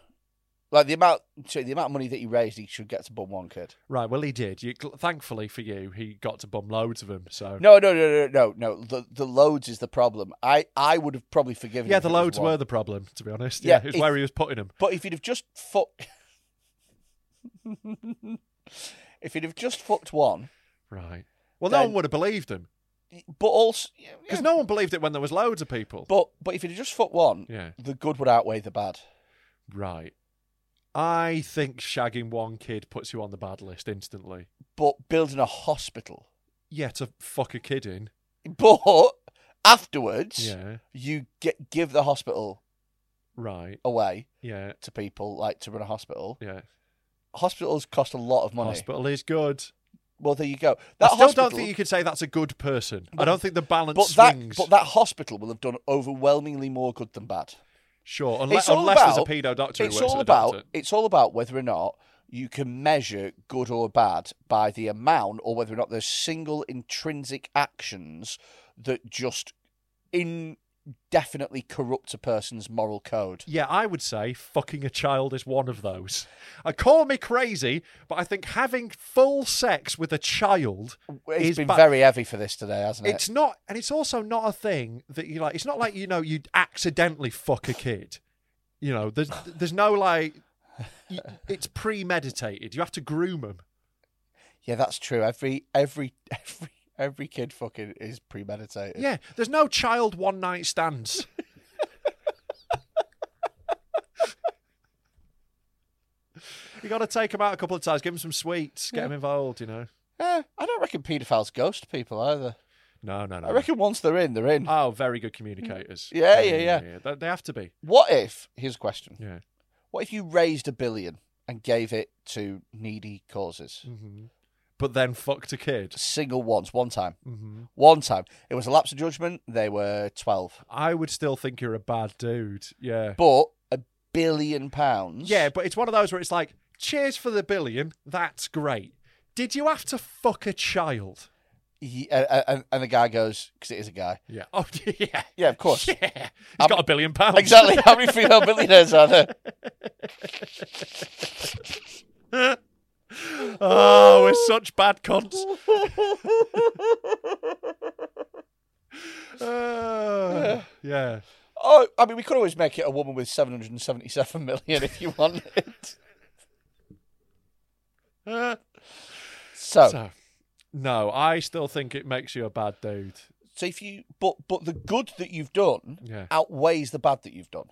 Speaker 2: Like the amount, sorry, the amount of money that he raised, he should get to bum one kid.
Speaker 3: Right. Well, he did. You, thankfully for you, he got to bum loads of them. So
Speaker 2: No, no, no, no, no, no. The the loads is the problem. I I would have probably forgiven.
Speaker 3: Yeah,
Speaker 2: him
Speaker 3: the
Speaker 2: if it was
Speaker 3: loads
Speaker 2: one.
Speaker 3: were the problem, to be honest. Yeah,
Speaker 2: Yeah,
Speaker 3: it's
Speaker 2: if-
Speaker 3: where he was putting them.
Speaker 2: But if he'd have just fucked, <laughs> if he'd have just fucked one,
Speaker 3: Right. Well, no
Speaker 2: Then-
Speaker 3: one would have believed him
Speaker 2: but also
Speaker 3: because no one believed it when there was loads of people.
Speaker 2: But but if he'd have just fucked one,
Speaker 3: Yeah.
Speaker 2: the good would outweigh the bad.
Speaker 3: right. I think shagging one kid puts you on the bad list instantly.
Speaker 2: But building a hospital,
Speaker 3: Yeah, to fuck a kid in.
Speaker 2: but afterwards,
Speaker 3: Yeah.
Speaker 2: you get give the hospital
Speaker 3: Right.
Speaker 2: away
Speaker 3: Yeah.
Speaker 2: to people like to run a hospital.
Speaker 3: Yeah.
Speaker 2: Hospitals cost a lot of money.
Speaker 3: Hospital is good.
Speaker 2: Well, there you go. That
Speaker 3: I still
Speaker 2: hospital,
Speaker 3: don't think you could say that's a good person. I
Speaker 2: But-
Speaker 3: don't think the balance
Speaker 2: but
Speaker 3: swings.
Speaker 2: that but that hospital will have done overwhelmingly more good than bad.
Speaker 3: sure, unless,
Speaker 2: it's all
Speaker 3: unless
Speaker 2: about,
Speaker 3: there's a pedo doctor.
Speaker 2: It's
Speaker 3: who works
Speaker 2: all
Speaker 3: at a
Speaker 2: about
Speaker 3: doctor.
Speaker 2: it's all about whether or not you can measure good or bad by the amount, or whether or not there's single intrinsic actions that just indefinitely corrupt a person's moral code.
Speaker 3: Yeah, I would say fucking a child is one of those. I call me crazy, but I think having full sex with a child
Speaker 2: It's
Speaker 3: is
Speaker 2: been
Speaker 3: ba-
Speaker 2: very heavy for this today, hasn't it?
Speaker 3: It's not, and it's also not a thing that you like. It's not like you know you accidentally fuck a kid. You know, there's there's no like. y- It's premeditated. You have to groom them.
Speaker 2: Yeah, that's true. Every every <laughs> every every kid fucking is premeditated.
Speaker 3: Yeah, there's no child one
Speaker 2: <laughs>
Speaker 3: night stands. you got to take them out a couple of times, give them some sweets, get them involved. You know.
Speaker 2: Eh, I don't reckon paedophiles ghost people either.
Speaker 3: No, no, no.
Speaker 2: I reckon once they're in, they're in.
Speaker 3: Oh, very good communicators.
Speaker 2: Yeah, yeah, yeah.
Speaker 3: They, they have to be.
Speaker 2: what if? Here's a question.
Speaker 3: Yeah.
Speaker 2: What if you raised a billion and gave it to needy causes?
Speaker 3: But then fucked a kid.
Speaker 2: Single ones, one time.
Speaker 3: hmm
Speaker 2: One time. It was a lapse of judgment. They were 12.
Speaker 3: I would still think you're a bad dude. Yeah.
Speaker 2: But a billion pounds.
Speaker 3: Yeah, but it's one of those where it's like, cheers for the billion. That's great. Did you have to fuck a child?
Speaker 2: He, uh, and, and the guy goes, because it is a <laughs> guy.
Speaker 3: Yeah. <laughs> Oh, yeah.
Speaker 2: Yeah, of course.
Speaker 3: Yeah. He's
Speaker 2: I'm-
Speaker 3: got a billion pounds.
Speaker 2: Exactly. How many female billionaires are there?
Speaker 3: <laughs> Oh, we're such bad
Speaker 2: <laughs>
Speaker 3: cons. Uh, yeah.
Speaker 2: <laughs> Oh, I mean, we could always make it a woman with 777 million if you want it. Oh.
Speaker 3: Uh,
Speaker 2: <laughs> So, so,
Speaker 3: so, no, I still think it makes you a bad dude.
Speaker 2: if you, but but the good that you've done
Speaker 3: Yeah.
Speaker 2: outweighs the bad that you've done,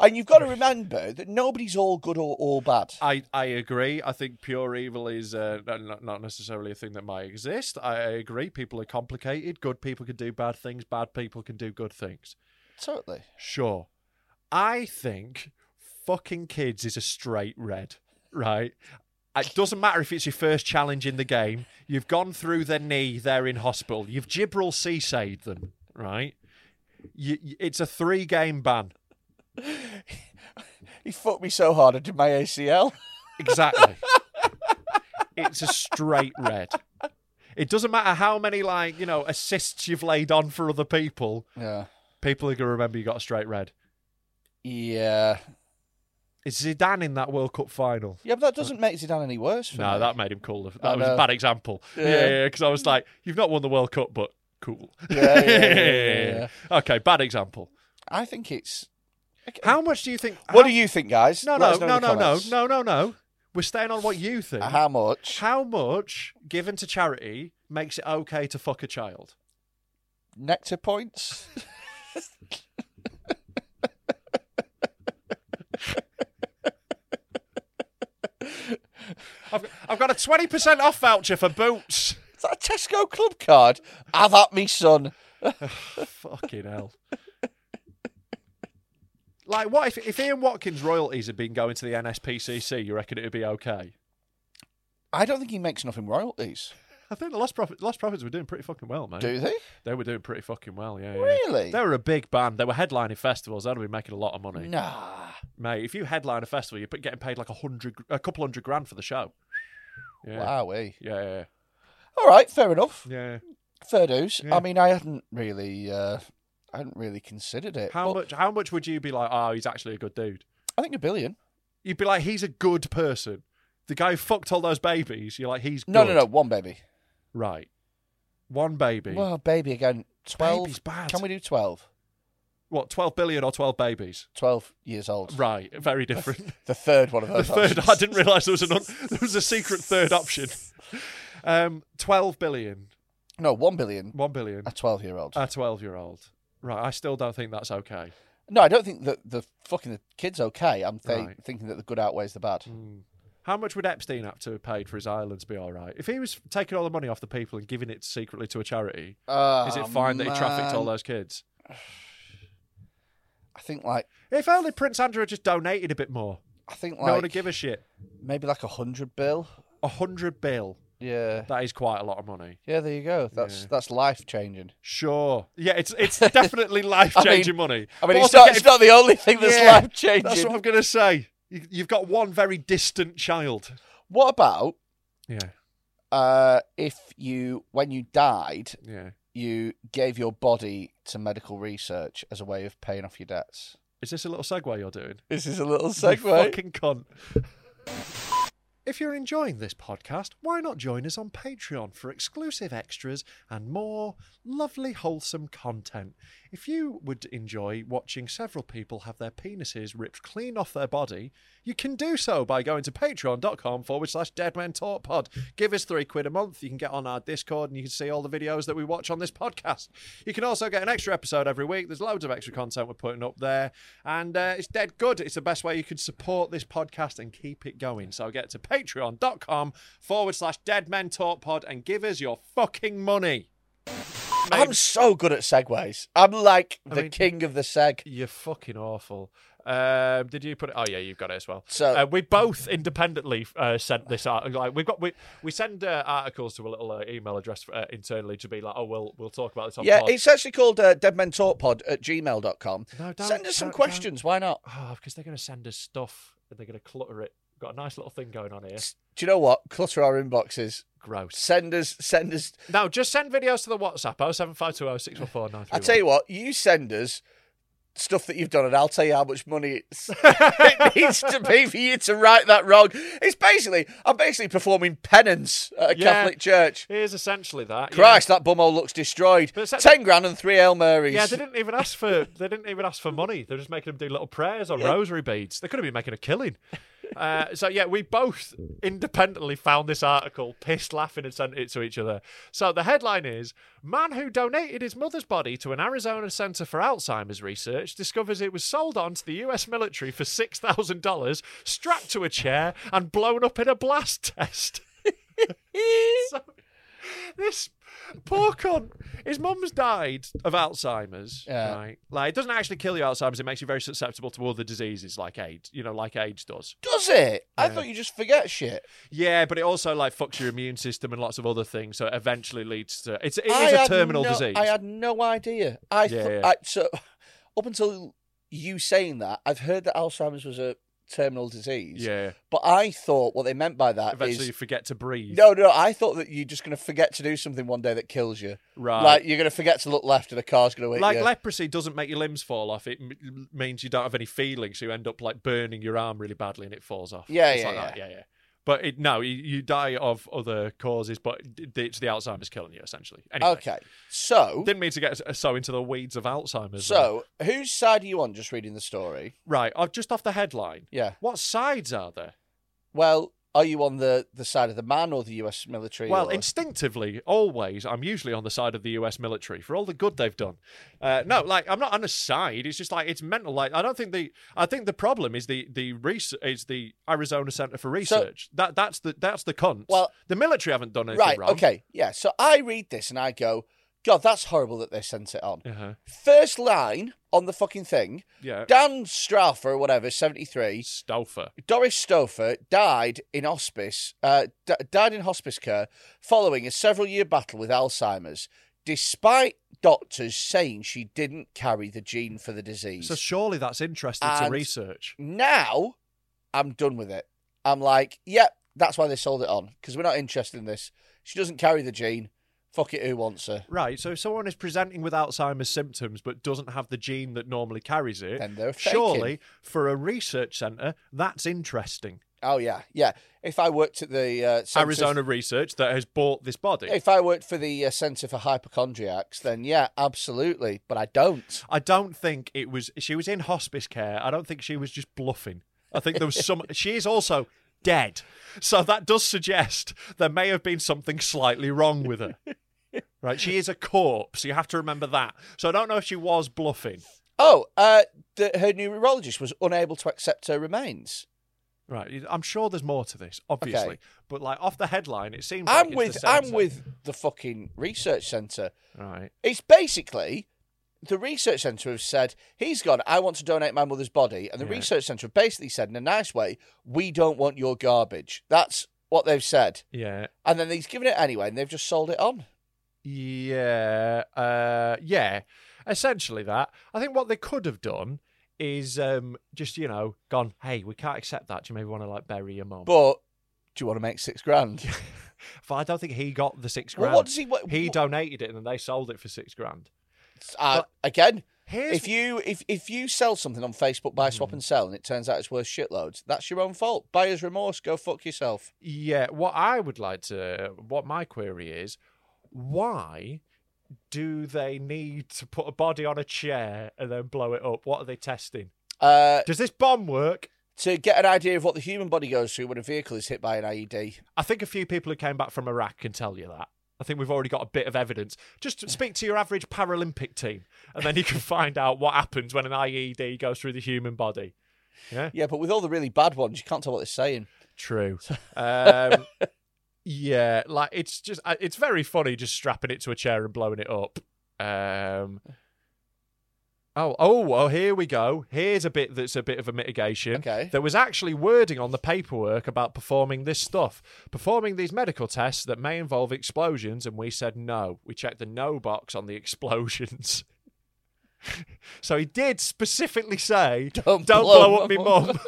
Speaker 2: and you've got to remember that nobody's all good or all bad.
Speaker 3: I, I agree. I think pure evil is uh, not- not, not necessarily a thing that might exist. I agree. People are complicated. Good people can do bad things. Bad people can do good things.
Speaker 2: Totally.
Speaker 3: Sure. I think fucking kids is a straight red, right? Uh, It doesn't matter if it's your first challenge in the game. You've gone through their knee. They're in hospital. You've Gibral Seaside them, right? You, you- it's a three-game ban.
Speaker 2: He fucked me so hard I did my <laughs> ACL.
Speaker 3: Exactly. it's a straight red. It doesn't matter how many like you know assists you've laid on for other people.
Speaker 2: Yeah.
Speaker 3: People are gonna remember you got a straight red.
Speaker 2: Yeah.
Speaker 3: It's Zidane in that World Cup final.
Speaker 2: Yeah, but that doesn't make Zidane any worse for
Speaker 3: No,
Speaker 2: me.
Speaker 3: that made him cooler. That
Speaker 2: I
Speaker 3: was
Speaker 2: know.
Speaker 3: a bad example. Yeah,
Speaker 2: Yeah.
Speaker 3: yeah, because I was like, you've not won the World Cup, but cool.
Speaker 2: Yeah, yeah, yeah, yeah,
Speaker 3: <laughs>
Speaker 2: yeah.
Speaker 3: okay, bad example.
Speaker 2: I think it's.
Speaker 3: How much do you think?
Speaker 2: What
Speaker 3: how-
Speaker 2: do you think, guys?
Speaker 3: No,
Speaker 2: Let
Speaker 3: no,
Speaker 2: us know
Speaker 3: no,
Speaker 2: in the
Speaker 3: no, no,
Speaker 2: comments.
Speaker 3: no, no, no. We're staying on what you think.
Speaker 2: How much?
Speaker 3: How much given to charity makes it okay to fuck a child?
Speaker 2: Nectar points. <laughs>
Speaker 3: I've, I've got a 20% off voucher
Speaker 2: <laughs>
Speaker 3: for boots.
Speaker 2: Is that a Tesco club card? Have at me, son.
Speaker 3: Fucking hell. Like, what if, if Ian Watkins' royalties had been going to the NSPCC, you reckon it would be okay?
Speaker 2: I don't think he makes enough in royalties.
Speaker 3: I think the Lost, Prophet, Lost Prophets were doing pretty fucking well, mate.
Speaker 2: Do they?
Speaker 3: They were doing pretty fucking well, yeah. yeah.
Speaker 2: Really?
Speaker 3: They were a big band. They were headlining festivals. They'd have been making a lot of money.
Speaker 2: Nah.
Speaker 3: Mate, if you headline a festival, you're getting paid like a hundred, a couple hundred grand for the show. Yeah.
Speaker 2: Wowee.
Speaker 3: Yeah, yeah,
Speaker 2: All right, fair enough.
Speaker 3: yeah.
Speaker 2: Fair dues.
Speaker 3: Yeah.
Speaker 2: I mean, I hadn't really, uh, I hadn't really considered it.
Speaker 3: How
Speaker 2: but
Speaker 3: much? How much would you be like? Oh, he's actually a good dude.
Speaker 2: I think a billion.
Speaker 3: You'd be like, he's a good person. The guy who fucked all those babies. You're like, he's
Speaker 2: No,
Speaker 3: good.
Speaker 2: no, no. One baby.
Speaker 3: Right, one baby.
Speaker 2: Well, baby again. Twelve.
Speaker 3: Baby's bad.
Speaker 2: Can we do twelve?
Speaker 3: what, 12 billion or 12 babies?
Speaker 2: 12 years old.
Speaker 3: Right, very
Speaker 2: <laughs>
Speaker 3: different.
Speaker 2: The third one of
Speaker 3: the
Speaker 2: those.
Speaker 3: third,
Speaker 2: options.
Speaker 3: I didn't realise there was an un- there was a secret third option. Um, 12 billion,
Speaker 2: No, 1 billion.
Speaker 3: 1 billion,
Speaker 2: A 12 year old.
Speaker 3: a 12 year old. Right, I still don't think that's okay.
Speaker 2: No, I don't think that the fucking the kid's okay. I'm thi-
Speaker 3: Right. Mm.
Speaker 2: thinking that the good outweighs the bad.
Speaker 3: How much would Epstein have to have paid for his island to be all right? If he was taking all the money off the people and giving it secretly to a charity,
Speaker 2: Uh,
Speaker 3: is it fine that he trafficked all
Speaker 2: man.
Speaker 3: those kids?
Speaker 2: I think like
Speaker 3: If only Prince Andrew had just donated a bit more,
Speaker 2: I think
Speaker 3: no one would
Speaker 2: like
Speaker 3: give a shit.
Speaker 2: maybe like a hundred bill.
Speaker 3: A hundred bill,
Speaker 2: Yeah.
Speaker 3: that is quite a lot of money.
Speaker 2: Yeah, there you go. That's that's life changing.
Speaker 3: Sure. Yeah, it's
Speaker 2: <laughs>
Speaker 3: it's definitely life changing money.
Speaker 2: I mean,
Speaker 3: But
Speaker 2: it's
Speaker 3: also
Speaker 2: not,
Speaker 3: getting-
Speaker 2: it's not the only thing that's
Speaker 3: Yeah,
Speaker 2: life changing.
Speaker 3: That's what I'm going to say. You, you've got one very distant child.
Speaker 2: What about
Speaker 3: Yeah,
Speaker 2: uh, if you, when you died,
Speaker 3: yeah.
Speaker 2: you gave your body to medical research as a way of paying off your debts?
Speaker 3: Is this a little segue you're doing?
Speaker 2: This is a little
Speaker 3: You
Speaker 2: segue.
Speaker 3: fucking cunt. If you're enjoying this podcast, why not join us on Patreon for exclusive extras and more lovely, wholesome content? If you would enjoy watching several people have their penises ripped clean off their body, you can do so by going to patreon.com forward slash deadmentalkpod. Give us three quid a month. You can get on our Discord and you can see all the videos that we watch on this podcast. You can also get an extra episode every week. There's loads of extra content we're putting up there. And uh, it's dead good. It's the best way you can support this podcast and keep it going. So get to patreon.com forward slash deadmentalkpod and give us your fucking money.
Speaker 2: I'm so good at segues. I'm like
Speaker 3: I
Speaker 2: the
Speaker 3: mean-
Speaker 2: king of the seg.
Speaker 3: You're fucking awful. Um, did you put it? Oh yeah, you've got it as well.
Speaker 2: So-
Speaker 3: uh, we both independently uh, sent this art. Like we've got we we send uh, articles to a little uh, email address uh, internally to be like, oh, we'll we'll talk about this on.
Speaker 2: Yeah,
Speaker 3: pod.
Speaker 2: it's actually called uh, deadmentalkpod at gmail.com.
Speaker 3: No, don't-
Speaker 2: Send us some
Speaker 3: don't-
Speaker 2: questions. Why not?
Speaker 3: oh, because they're going to send us stuff and they're going to clutter it. Got a nice little thing going on here.
Speaker 2: Do you know what? Clutter our inboxes.
Speaker 3: Gross.
Speaker 2: Send us, send us.
Speaker 3: Now just send videos to the WhatsApp. Oh seven five two oh six one four nine three.
Speaker 2: I tell you what, you send us stuff that you've done, and I'll tell you how much money
Speaker 3: <laughs>
Speaker 2: it's, it needs to be for you to right that wrong. It's basically, I'm basically performing penance at a <laughs>
Speaker 3: Yeah.
Speaker 2: Catholic church.
Speaker 3: Here's essentially that. yeah.
Speaker 2: Christ, that bumhole looks destroyed.
Speaker 3: But it's that-
Speaker 2: Ten grand and three Hail Marys.
Speaker 3: Yeah, they didn't even ask for <laughs> they didn't even ask for money. They're just making them do little prayers or rosary beads. They could have been making a killing. Uh, so yeah, we both independently found this article, pissed laughing, and sent it to each other. So the headline is: Man who donated his mother's body to an Arizona Center for Alzheimer's research discovers it was sold on to the U.S. military for six thousand dollars, strapped to a chair, and blown up in a blast test. <laughs> So- this poor cunt. His mum's died of Alzheimer's.
Speaker 2: Yeah.
Speaker 3: Right. Like it doesn't actually kill you Alzheimer's. It makes you very susceptible to other diseases like AIDS. You know, like AIDS does.
Speaker 2: Does it? I
Speaker 3: Yeah.
Speaker 2: thought you just forget shit.
Speaker 3: Yeah, but it also like fucks your immune system and lots of other things. So it eventually leads to it's it
Speaker 2: I
Speaker 3: is a
Speaker 2: had
Speaker 3: terminal
Speaker 2: no-
Speaker 3: disease.
Speaker 2: I had no idea. I,
Speaker 3: Yeah,
Speaker 2: thought
Speaker 3: yeah.
Speaker 2: I so <laughs> up until you saying that, I've heard that Alzheimer's was a terminal disease.
Speaker 3: yeah.
Speaker 2: But I thought what they meant by that is
Speaker 3: Eventually you forget to breathe.
Speaker 2: no, no. I thought that you're just going to forget to do something one day that kills you.
Speaker 3: Right.
Speaker 2: Like you're going to forget to look left, and a car's going to hit
Speaker 3: Like
Speaker 2: you.
Speaker 3: leprosy doesn't make your limbs fall off. It m- means you don't have any feeling, so you end up like burning your arm really badly and it falls off.
Speaker 2: Yeah,
Speaker 3: It's
Speaker 2: yeah,
Speaker 3: like
Speaker 2: yeah.
Speaker 3: that. yeah, yeah. But it, no, you, you die of other causes, but it- it's the Alzheimer's killing you essentially. Anyway,
Speaker 2: Okay, so
Speaker 3: Didn't mean to get s- so into the weeds of Alzheimer's.
Speaker 2: so whose side are you on? Just reading the story.
Speaker 3: though. right, I've just off the headline.
Speaker 2: Yeah.
Speaker 3: What sides are there?
Speaker 2: Well, are you on the the side of the man or the U.S. military?
Speaker 3: Well,
Speaker 2: or-
Speaker 3: instinctively, always, I'm usually on the side of the US military for all the good they've done. Uh, no, like I'm not on a side. It's just like it's mental. Like I don't think the I think the problem is the the research is the Arizona Center for Research. that that's the that's the cunts.
Speaker 2: Well-
Speaker 3: the military haven't done anything
Speaker 2: right.
Speaker 3: wrong.
Speaker 2: Okay, yeah. So I read this and I go, God, that's horrible that they sent it on.
Speaker 3: Uh-huh.
Speaker 2: First line on the fucking thing.
Speaker 3: Yeah.
Speaker 2: Dan Strafer or whatever, seventy three.
Speaker 3: Stouffer.
Speaker 2: Doris Stofer died in hospice, uh, d- died in hospice care following a several-year battle with Alzheimer's, despite doctors saying she didn't carry the gene for the disease.
Speaker 3: So surely that's interesting to
Speaker 2: And-
Speaker 3: research.
Speaker 2: now, I'm done with it. I'm like, yep, that's why they sold it on because we're not interested in this. She doesn't carry the gene. Fuck it, who wants her?
Speaker 3: Right, so if someone is presenting with Alzheimer's symptoms but doesn't have the gene that normally carries it,
Speaker 2: Then they're faking.
Speaker 3: surely for a research centre, that's interesting.
Speaker 2: Oh yeah, yeah. If I worked at the uh, Centre-
Speaker 3: Arizona Research that has bought this body.
Speaker 2: if I worked for the uh, Centre for Hypochondriacs, then yeah, absolutely. But I don't.
Speaker 3: I don't think it was. She was in hospice care. I don't think she was just bluffing. I think there
Speaker 2: <laughs>
Speaker 3: was some. she is also dead, so that does suggest there may have been something slightly wrong with her. Right, she is a corpse. You have to remember that. So I don't know if she was bluffing.
Speaker 2: Oh, uh, the, her neurologist was unable to accept her remains.
Speaker 3: Right, I'm sure there's more to this, obviously.
Speaker 2: Okay.
Speaker 3: But like off the headline, it seems. like
Speaker 2: I'm
Speaker 3: it's
Speaker 2: with
Speaker 3: the same
Speaker 2: I'm
Speaker 3: thing.
Speaker 2: with the fucking research centre.
Speaker 3: Right.
Speaker 2: It's basically the research centre have said he's gone. I want to donate my mother's body, and the
Speaker 3: Yeah.
Speaker 2: research centre have basically said in a nice way, we don't want your garbage. That's what they've said,
Speaker 3: Yeah.
Speaker 2: and then he's given it anyway, and they've just sold it on.
Speaker 3: Yeah, uh, yeah. Essentially, that I think what they could have done is um, just you know gone. Hey, we can't accept that. Do you maybe want to like bury your mum?
Speaker 2: But do you want to make six grand?
Speaker 3: <laughs> But I don't think he got the six
Speaker 2: Well,
Speaker 3: grand.
Speaker 2: what does he- what-
Speaker 3: he
Speaker 2: what-
Speaker 3: donated it and then they sold it for six grand.
Speaker 2: uh,
Speaker 3: But
Speaker 2: again,
Speaker 3: here's- Hmm.
Speaker 2: if you if if you sell something on Facebook, buy swap and sell, and it turns out it's worth shitloads, that's your own fault. Buyer's remorse. Go fuck yourself.
Speaker 3: Yeah, what I would like to, what my query is, why do they need to put a body on a chair and then blow it up? What are they testing?
Speaker 2: Uh,
Speaker 3: Does this bomb work?
Speaker 2: to get an idea of what the human body goes through when a vehicle is hit by an E IED.
Speaker 3: I think a few people who came back from Iraq can tell you that. I think we've already got a bit of evidence. Just speak to your average Paralympic team, and then you can <laughs> find out what happens when an IED goes through the human body.
Speaker 2: Yeah, but with all the really bad ones, you can't tell what they're saying.
Speaker 3: True. <laughs> Um, yeah, like it's just I- it's very funny just strapping it to a chair and blowing it up. Um, oh, oh, oh, here we go. Here's a bit that's a bit of a mitigation.
Speaker 2: Okay.
Speaker 3: There was actually wording on the paperwork about performing this stuff, performing these medical tests that may involve explosions, and we said no. We checked the no box on the explosions. <laughs> so he did specifically say,
Speaker 2: Don't
Speaker 3: "Don't
Speaker 2: blow
Speaker 3: blow up
Speaker 2: my
Speaker 3: me
Speaker 2: mum." <laughs>
Speaker 3: mum."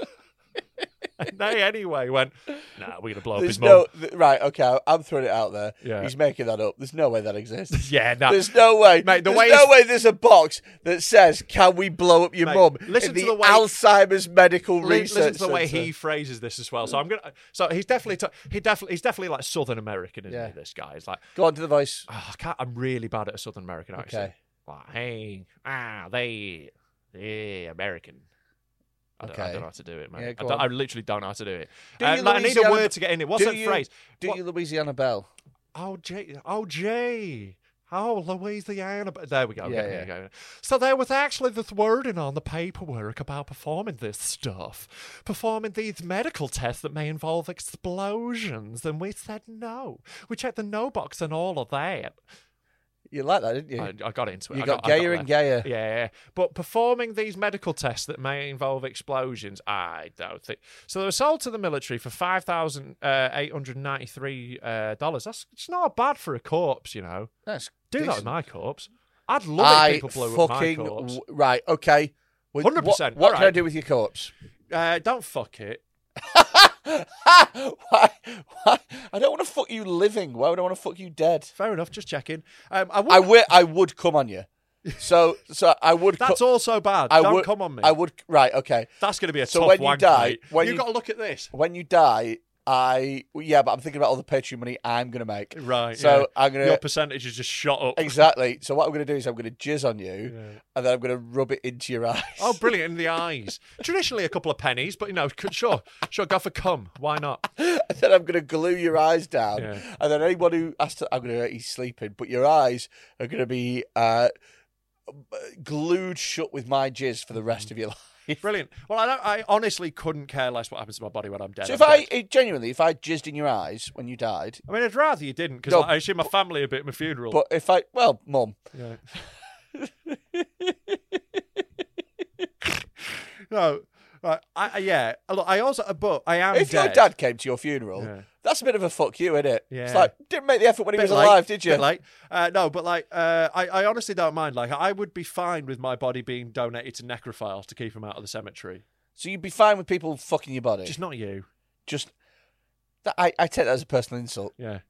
Speaker 3: and <laughs> they anyway went, nah, we're going to blow up
Speaker 2: There's
Speaker 3: his
Speaker 2: no
Speaker 3: mum.
Speaker 2: th- right. Okay, I'm throwing it out there.
Speaker 3: Yeah.
Speaker 2: He's making that up. There's no way that exists.
Speaker 3: <laughs> Yeah, no.
Speaker 2: There's no way.
Speaker 3: Mate, the
Speaker 2: there's
Speaker 3: way
Speaker 2: no
Speaker 3: it's-
Speaker 2: way there's a box that says, "Can we blow up your
Speaker 3: Mate,
Speaker 2: mum?"
Speaker 3: listen
Speaker 2: in
Speaker 3: to
Speaker 2: the,
Speaker 3: the way-
Speaker 2: Alzheimer's Medical
Speaker 3: Li-
Speaker 2: Research.
Speaker 3: Listen to the way
Speaker 2: Centre.
Speaker 3: he phrases this as well. So I'm gonna. So he's definitely ta- he definitely he's definitely like Southern American, isn't
Speaker 2: Yeah.
Speaker 3: he? This guy is like,
Speaker 2: Go on to the voice.
Speaker 3: oh, I can't, I'm really bad at a Southern American accent.
Speaker 2: Okay.
Speaker 3: Like, hey, ah, they, they American. I don't, I
Speaker 2: Okay.
Speaker 3: don't know how to do it, man.
Speaker 2: Yeah,
Speaker 3: I,
Speaker 2: go
Speaker 3: don't-
Speaker 2: on.
Speaker 3: I literally don't know how to do it.
Speaker 2: Do
Speaker 3: Uh,
Speaker 2: you
Speaker 3: like, I need a
Speaker 2: Louisiana-
Speaker 3: word to get in it. What's
Speaker 2: do
Speaker 3: that
Speaker 2: you-
Speaker 3: phrase?
Speaker 2: Do
Speaker 3: What-
Speaker 2: you Louisiana Bell?
Speaker 3: Oh, Jay. Oh, Jay. Oh, Louisiana. But There we go.
Speaker 2: Yeah,
Speaker 3: okay,
Speaker 2: yeah.
Speaker 3: okay. So there was actually this wording on the paperwork about performing this stuff, performing these medical tests that may involve explosions, and we said no. We checked the no box and all of that.
Speaker 2: You like that, didn't you?
Speaker 3: I, I got into it.
Speaker 2: You
Speaker 3: I
Speaker 2: got
Speaker 3: I
Speaker 2: gayer
Speaker 3: there.
Speaker 2: and gayer.
Speaker 3: Yeah, yeah. But performing these medical tests that may involve explosions, I don't think. So they were sold to the military for five thousand uh, eight hundred ninety-three uh, dollars. That's it's not bad for a corpse, you know.
Speaker 2: That's
Speaker 3: Do that
Speaker 2: decent.
Speaker 3: with my corpse. I'd love
Speaker 2: I
Speaker 3: it if people blew
Speaker 2: fucking
Speaker 3: up my corpse.
Speaker 2: w- right. Okay. With- what-
Speaker 3: 100%,
Speaker 2: What can I
Speaker 3: alright.
Speaker 2: do with your corpse? <laughs>
Speaker 3: Uh, don't fuck it.
Speaker 2: Why? Why? I don't want to fuck you living. Why would I want to fuck you dead?
Speaker 3: Fair enough. Just checking. Um, I, would,
Speaker 2: I would. I would come on you. So,
Speaker 3: <laughs>
Speaker 2: so I would. co-
Speaker 3: That's also bad.
Speaker 2: I
Speaker 3: don't
Speaker 2: would
Speaker 3: come on me.
Speaker 2: I would. Right. Okay.
Speaker 3: That's going to be a
Speaker 2: So
Speaker 3: tough
Speaker 2: when you
Speaker 3: wank,
Speaker 2: die-
Speaker 3: mate.
Speaker 2: when
Speaker 3: You've
Speaker 2: you-
Speaker 3: got to look at this.
Speaker 2: When you die, I yeah, but I'm thinking about all the Patreon money I'm gonna make.
Speaker 3: Right.
Speaker 2: So
Speaker 3: yeah.
Speaker 2: I'm gonna
Speaker 3: Your percentage is just shot up.
Speaker 2: exactly. So what I'm gonna do is I'm gonna jizz on you, and then I'm gonna rub it into your eyes.
Speaker 3: Oh, brilliant! In the eyes. Traditionally, a couple of pennies, but you know, c- sure, sure, go for cum. Why not?
Speaker 2: <laughs> and then I'm going to glue your eyes down.
Speaker 3: Yeah.
Speaker 2: And then anyone who has to, I'm going to, he's sleeping, but your eyes are going to be uh, glued shut with my jizz for the
Speaker 3: Mm.
Speaker 2: rest of your <laughs> life.
Speaker 3: Brilliant. Well, I, don't, I honestly couldn't care less what happens to my body when I'm dead.
Speaker 2: So if
Speaker 3: I'm
Speaker 2: I,
Speaker 3: dead.
Speaker 2: it, genuinely, if I jizzed in your eyes when you died,
Speaker 3: I mean, I'd rather you didn't because
Speaker 2: No,
Speaker 3: I assume my family would be at my funeral.
Speaker 2: but if I, well, mum, <laughs>
Speaker 3: Yeah. no, right, I, I- yeah. Look, I also, but I am.
Speaker 2: if
Speaker 3: dead.
Speaker 2: your dad came to your funeral,
Speaker 3: Yeah.
Speaker 2: that's a bit of a fuck you, isn't it? It's
Speaker 3: Yeah.
Speaker 2: like, didn't make the effort when he
Speaker 3: Bit
Speaker 2: was
Speaker 3: late,
Speaker 2: alive, did you?
Speaker 3: bit late. Uh, no, but like, uh, I, I honestly don't mind. Like, I would be fine with my body being donated to necrophiles to keep them out of the cemetery.
Speaker 2: So you'd be fine with people fucking your body.
Speaker 3: Just
Speaker 2: Just,
Speaker 3: not you.
Speaker 2: that, I, I take that as a personal insult.
Speaker 3: Yeah.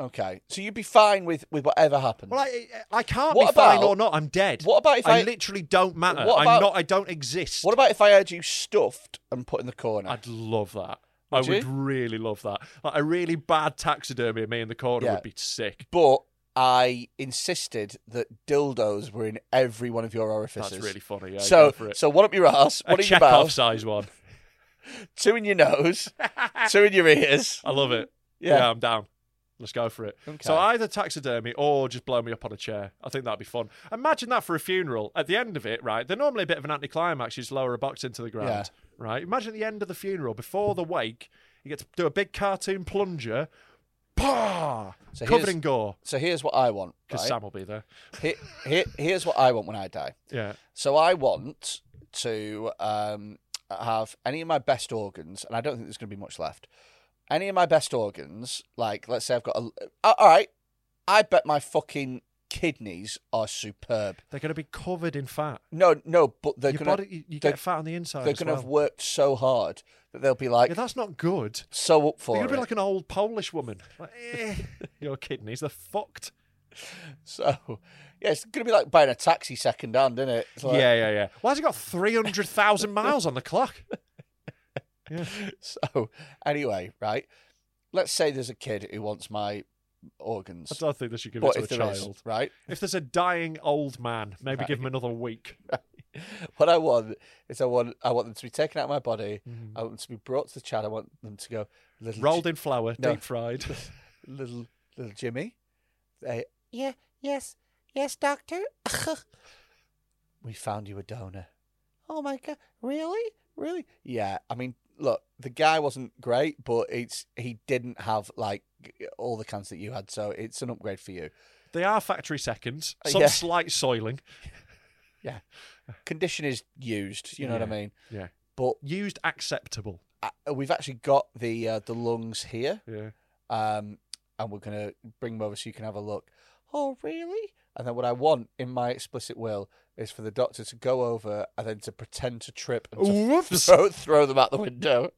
Speaker 2: Okay. So you'd be fine with, with whatever happened.
Speaker 3: Well, I I can't
Speaker 2: What
Speaker 3: be fine
Speaker 2: about-
Speaker 3: or not. I'm dead.
Speaker 2: what about if I-
Speaker 3: literally don't matter?
Speaker 2: What
Speaker 3: I'm
Speaker 2: about-
Speaker 3: not. I don't exist.
Speaker 2: What about if I had you stuffed and put in the corner?
Speaker 3: I'd love that. I
Speaker 2: Would
Speaker 3: would
Speaker 2: you?
Speaker 3: really love that. Like a really bad taxidermy of me in the corner
Speaker 2: Yeah.
Speaker 3: would be sick.
Speaker 2: But I insisted that dildos were in every one of your orifices.
Speaker 3: That's really funny. Yeah, go
Speaker 2: so,
Speaker 3: for it.
Speaker 2: so one up your
Speaker 3: <laughs>
Speaker 2: ass,
Speaker 3: a
Speaker 2: one in your
Speaker 3: Chekhov
Speaker 2: mouth,
Speaker 3: size one.
Speaker 2: two in your
Speaker 3: <laughs>
Speaker 2: nose, two in your ears.
Speaker 3: I love it.
Speaker 2: Yeah.
Speaker 3: Yeah. I'm down. Let's go for it.
Speaker 2: Okay.
Speaker 3: So either taxidermy or just blow me up on a chair. I think that'd be fun. Imagine that for a funeral. At the end of it, right? They're normally a bit of an anticlimax. You just lower a box into the ground,
Speaker 2: Yeah.
Speaker 3: right? Imagine at the end of the funeral, before the wake, you get to do a big cartoon plunger, pah,
Speaker 2: So
Speaker 3: covered
Speaker 2: here's-
Speaker 3: in gore.
Speaker 2: So here's what I want.
Speaker 3: Because
Speaker 2: right?
Speaker 3: Sam will be there.
Speaker 2: He- he- here's what I want when I die.
Speaker 3: Yeah.
Speaker 2: So I want to um, have any of my best organs, and I don't think there's going to be much left. Any of my best organs, like let's say I've got a. a- All right, I bet my fucking kidneys are superb.
Speaker 3: They're going to be covered in fat.
Speaker 2: No, no, but they're
Speaker 3: Your
Speaker 2: going
Speaker 3: body- you- you
Speaker 2: they're,
Speaker 3: get fat on the inside
Speaker 2: They're
Speaker 3: as
Speaker 2: gonna have
Speaker 3: well.
Speaker 2: worked so hard that they'll be like
Speaker 3: yeah, that's not good.
Speaker 2: so up for
Speaker 3: You're going
Speaker 2: it.
Speaker 3: to be like an old Polish woman. Like, <laughs> eh,
Speaker 2: <laughs>
Speaker 3: your kidneys, they're fucked.
Speaker 2: so yeah, it's going to be like buying a taxi second hand, isn't it? It's like-
Speaker 3: yeah, yeah, yeah. Why has it got 300,000 miles on the <laughs> clock? Yeah.
Speaker 2: <laughs> So anyway, right? Let's say there's a kid who wants my organs.
Speaker 3: I don't think they should give
Speaker 2: But
Speaker 3: it
Speaker 2: if
Speaker 3: to a
Speaker 2: there is,
Speaker 3: child.
Speaker 2: right?
Speaker 3: If there's a dying old man, maybe give him
Speaker 2: <laughs>
Speaker 3: another week.
Speaker 2: What I want is I want I want them to be taken out of my body.
Speaker 3: Mm-hmm.
Speaker 2: I want them to be brought to the chat. I want them to go little
Speaker 3: Rolled
Speaker 2: Ji-
Speaker 3: in flour,
Speaker 2: No.
Speaker 3: deep
Speaker 2: <laughs>
Speaker 3: fried.
Speaker 2: little little Jimmy. They yeah yes yes doctor. <laughs> we found you a donor. Oh my god! Really? Really? Yeah. I mean, look, the guy wasn't great, but it's he didn't have like all the cancer that you had, so it's an upgrade for you.
Speaker 3: They are factory seconds.
Speaker 2: Uh,
Speaker 3: Some
Speaker 2: yeah.
Speaker 3: slight soiling.
Speaker 2: Yeah. Condition is used. You know what I
Speaker 3: Yeah.
Speaker 2: mean?
Speaker 3: Yeah.
Speaker 2: But
Speaker 3: Used acceptable.
Speaker 2: uh, we've actually got the uh, the lungs here.
Speaker 3: Yeah.
Speaker 2: um, and we're going to bring them over so you can have a look. Oh, really? And then what I want in my explicit will is for the doctor to go over and then to pretend to trip and to <laughs>
Speaker 3: Whoops.
Speaker 2: throw, throw them out the window.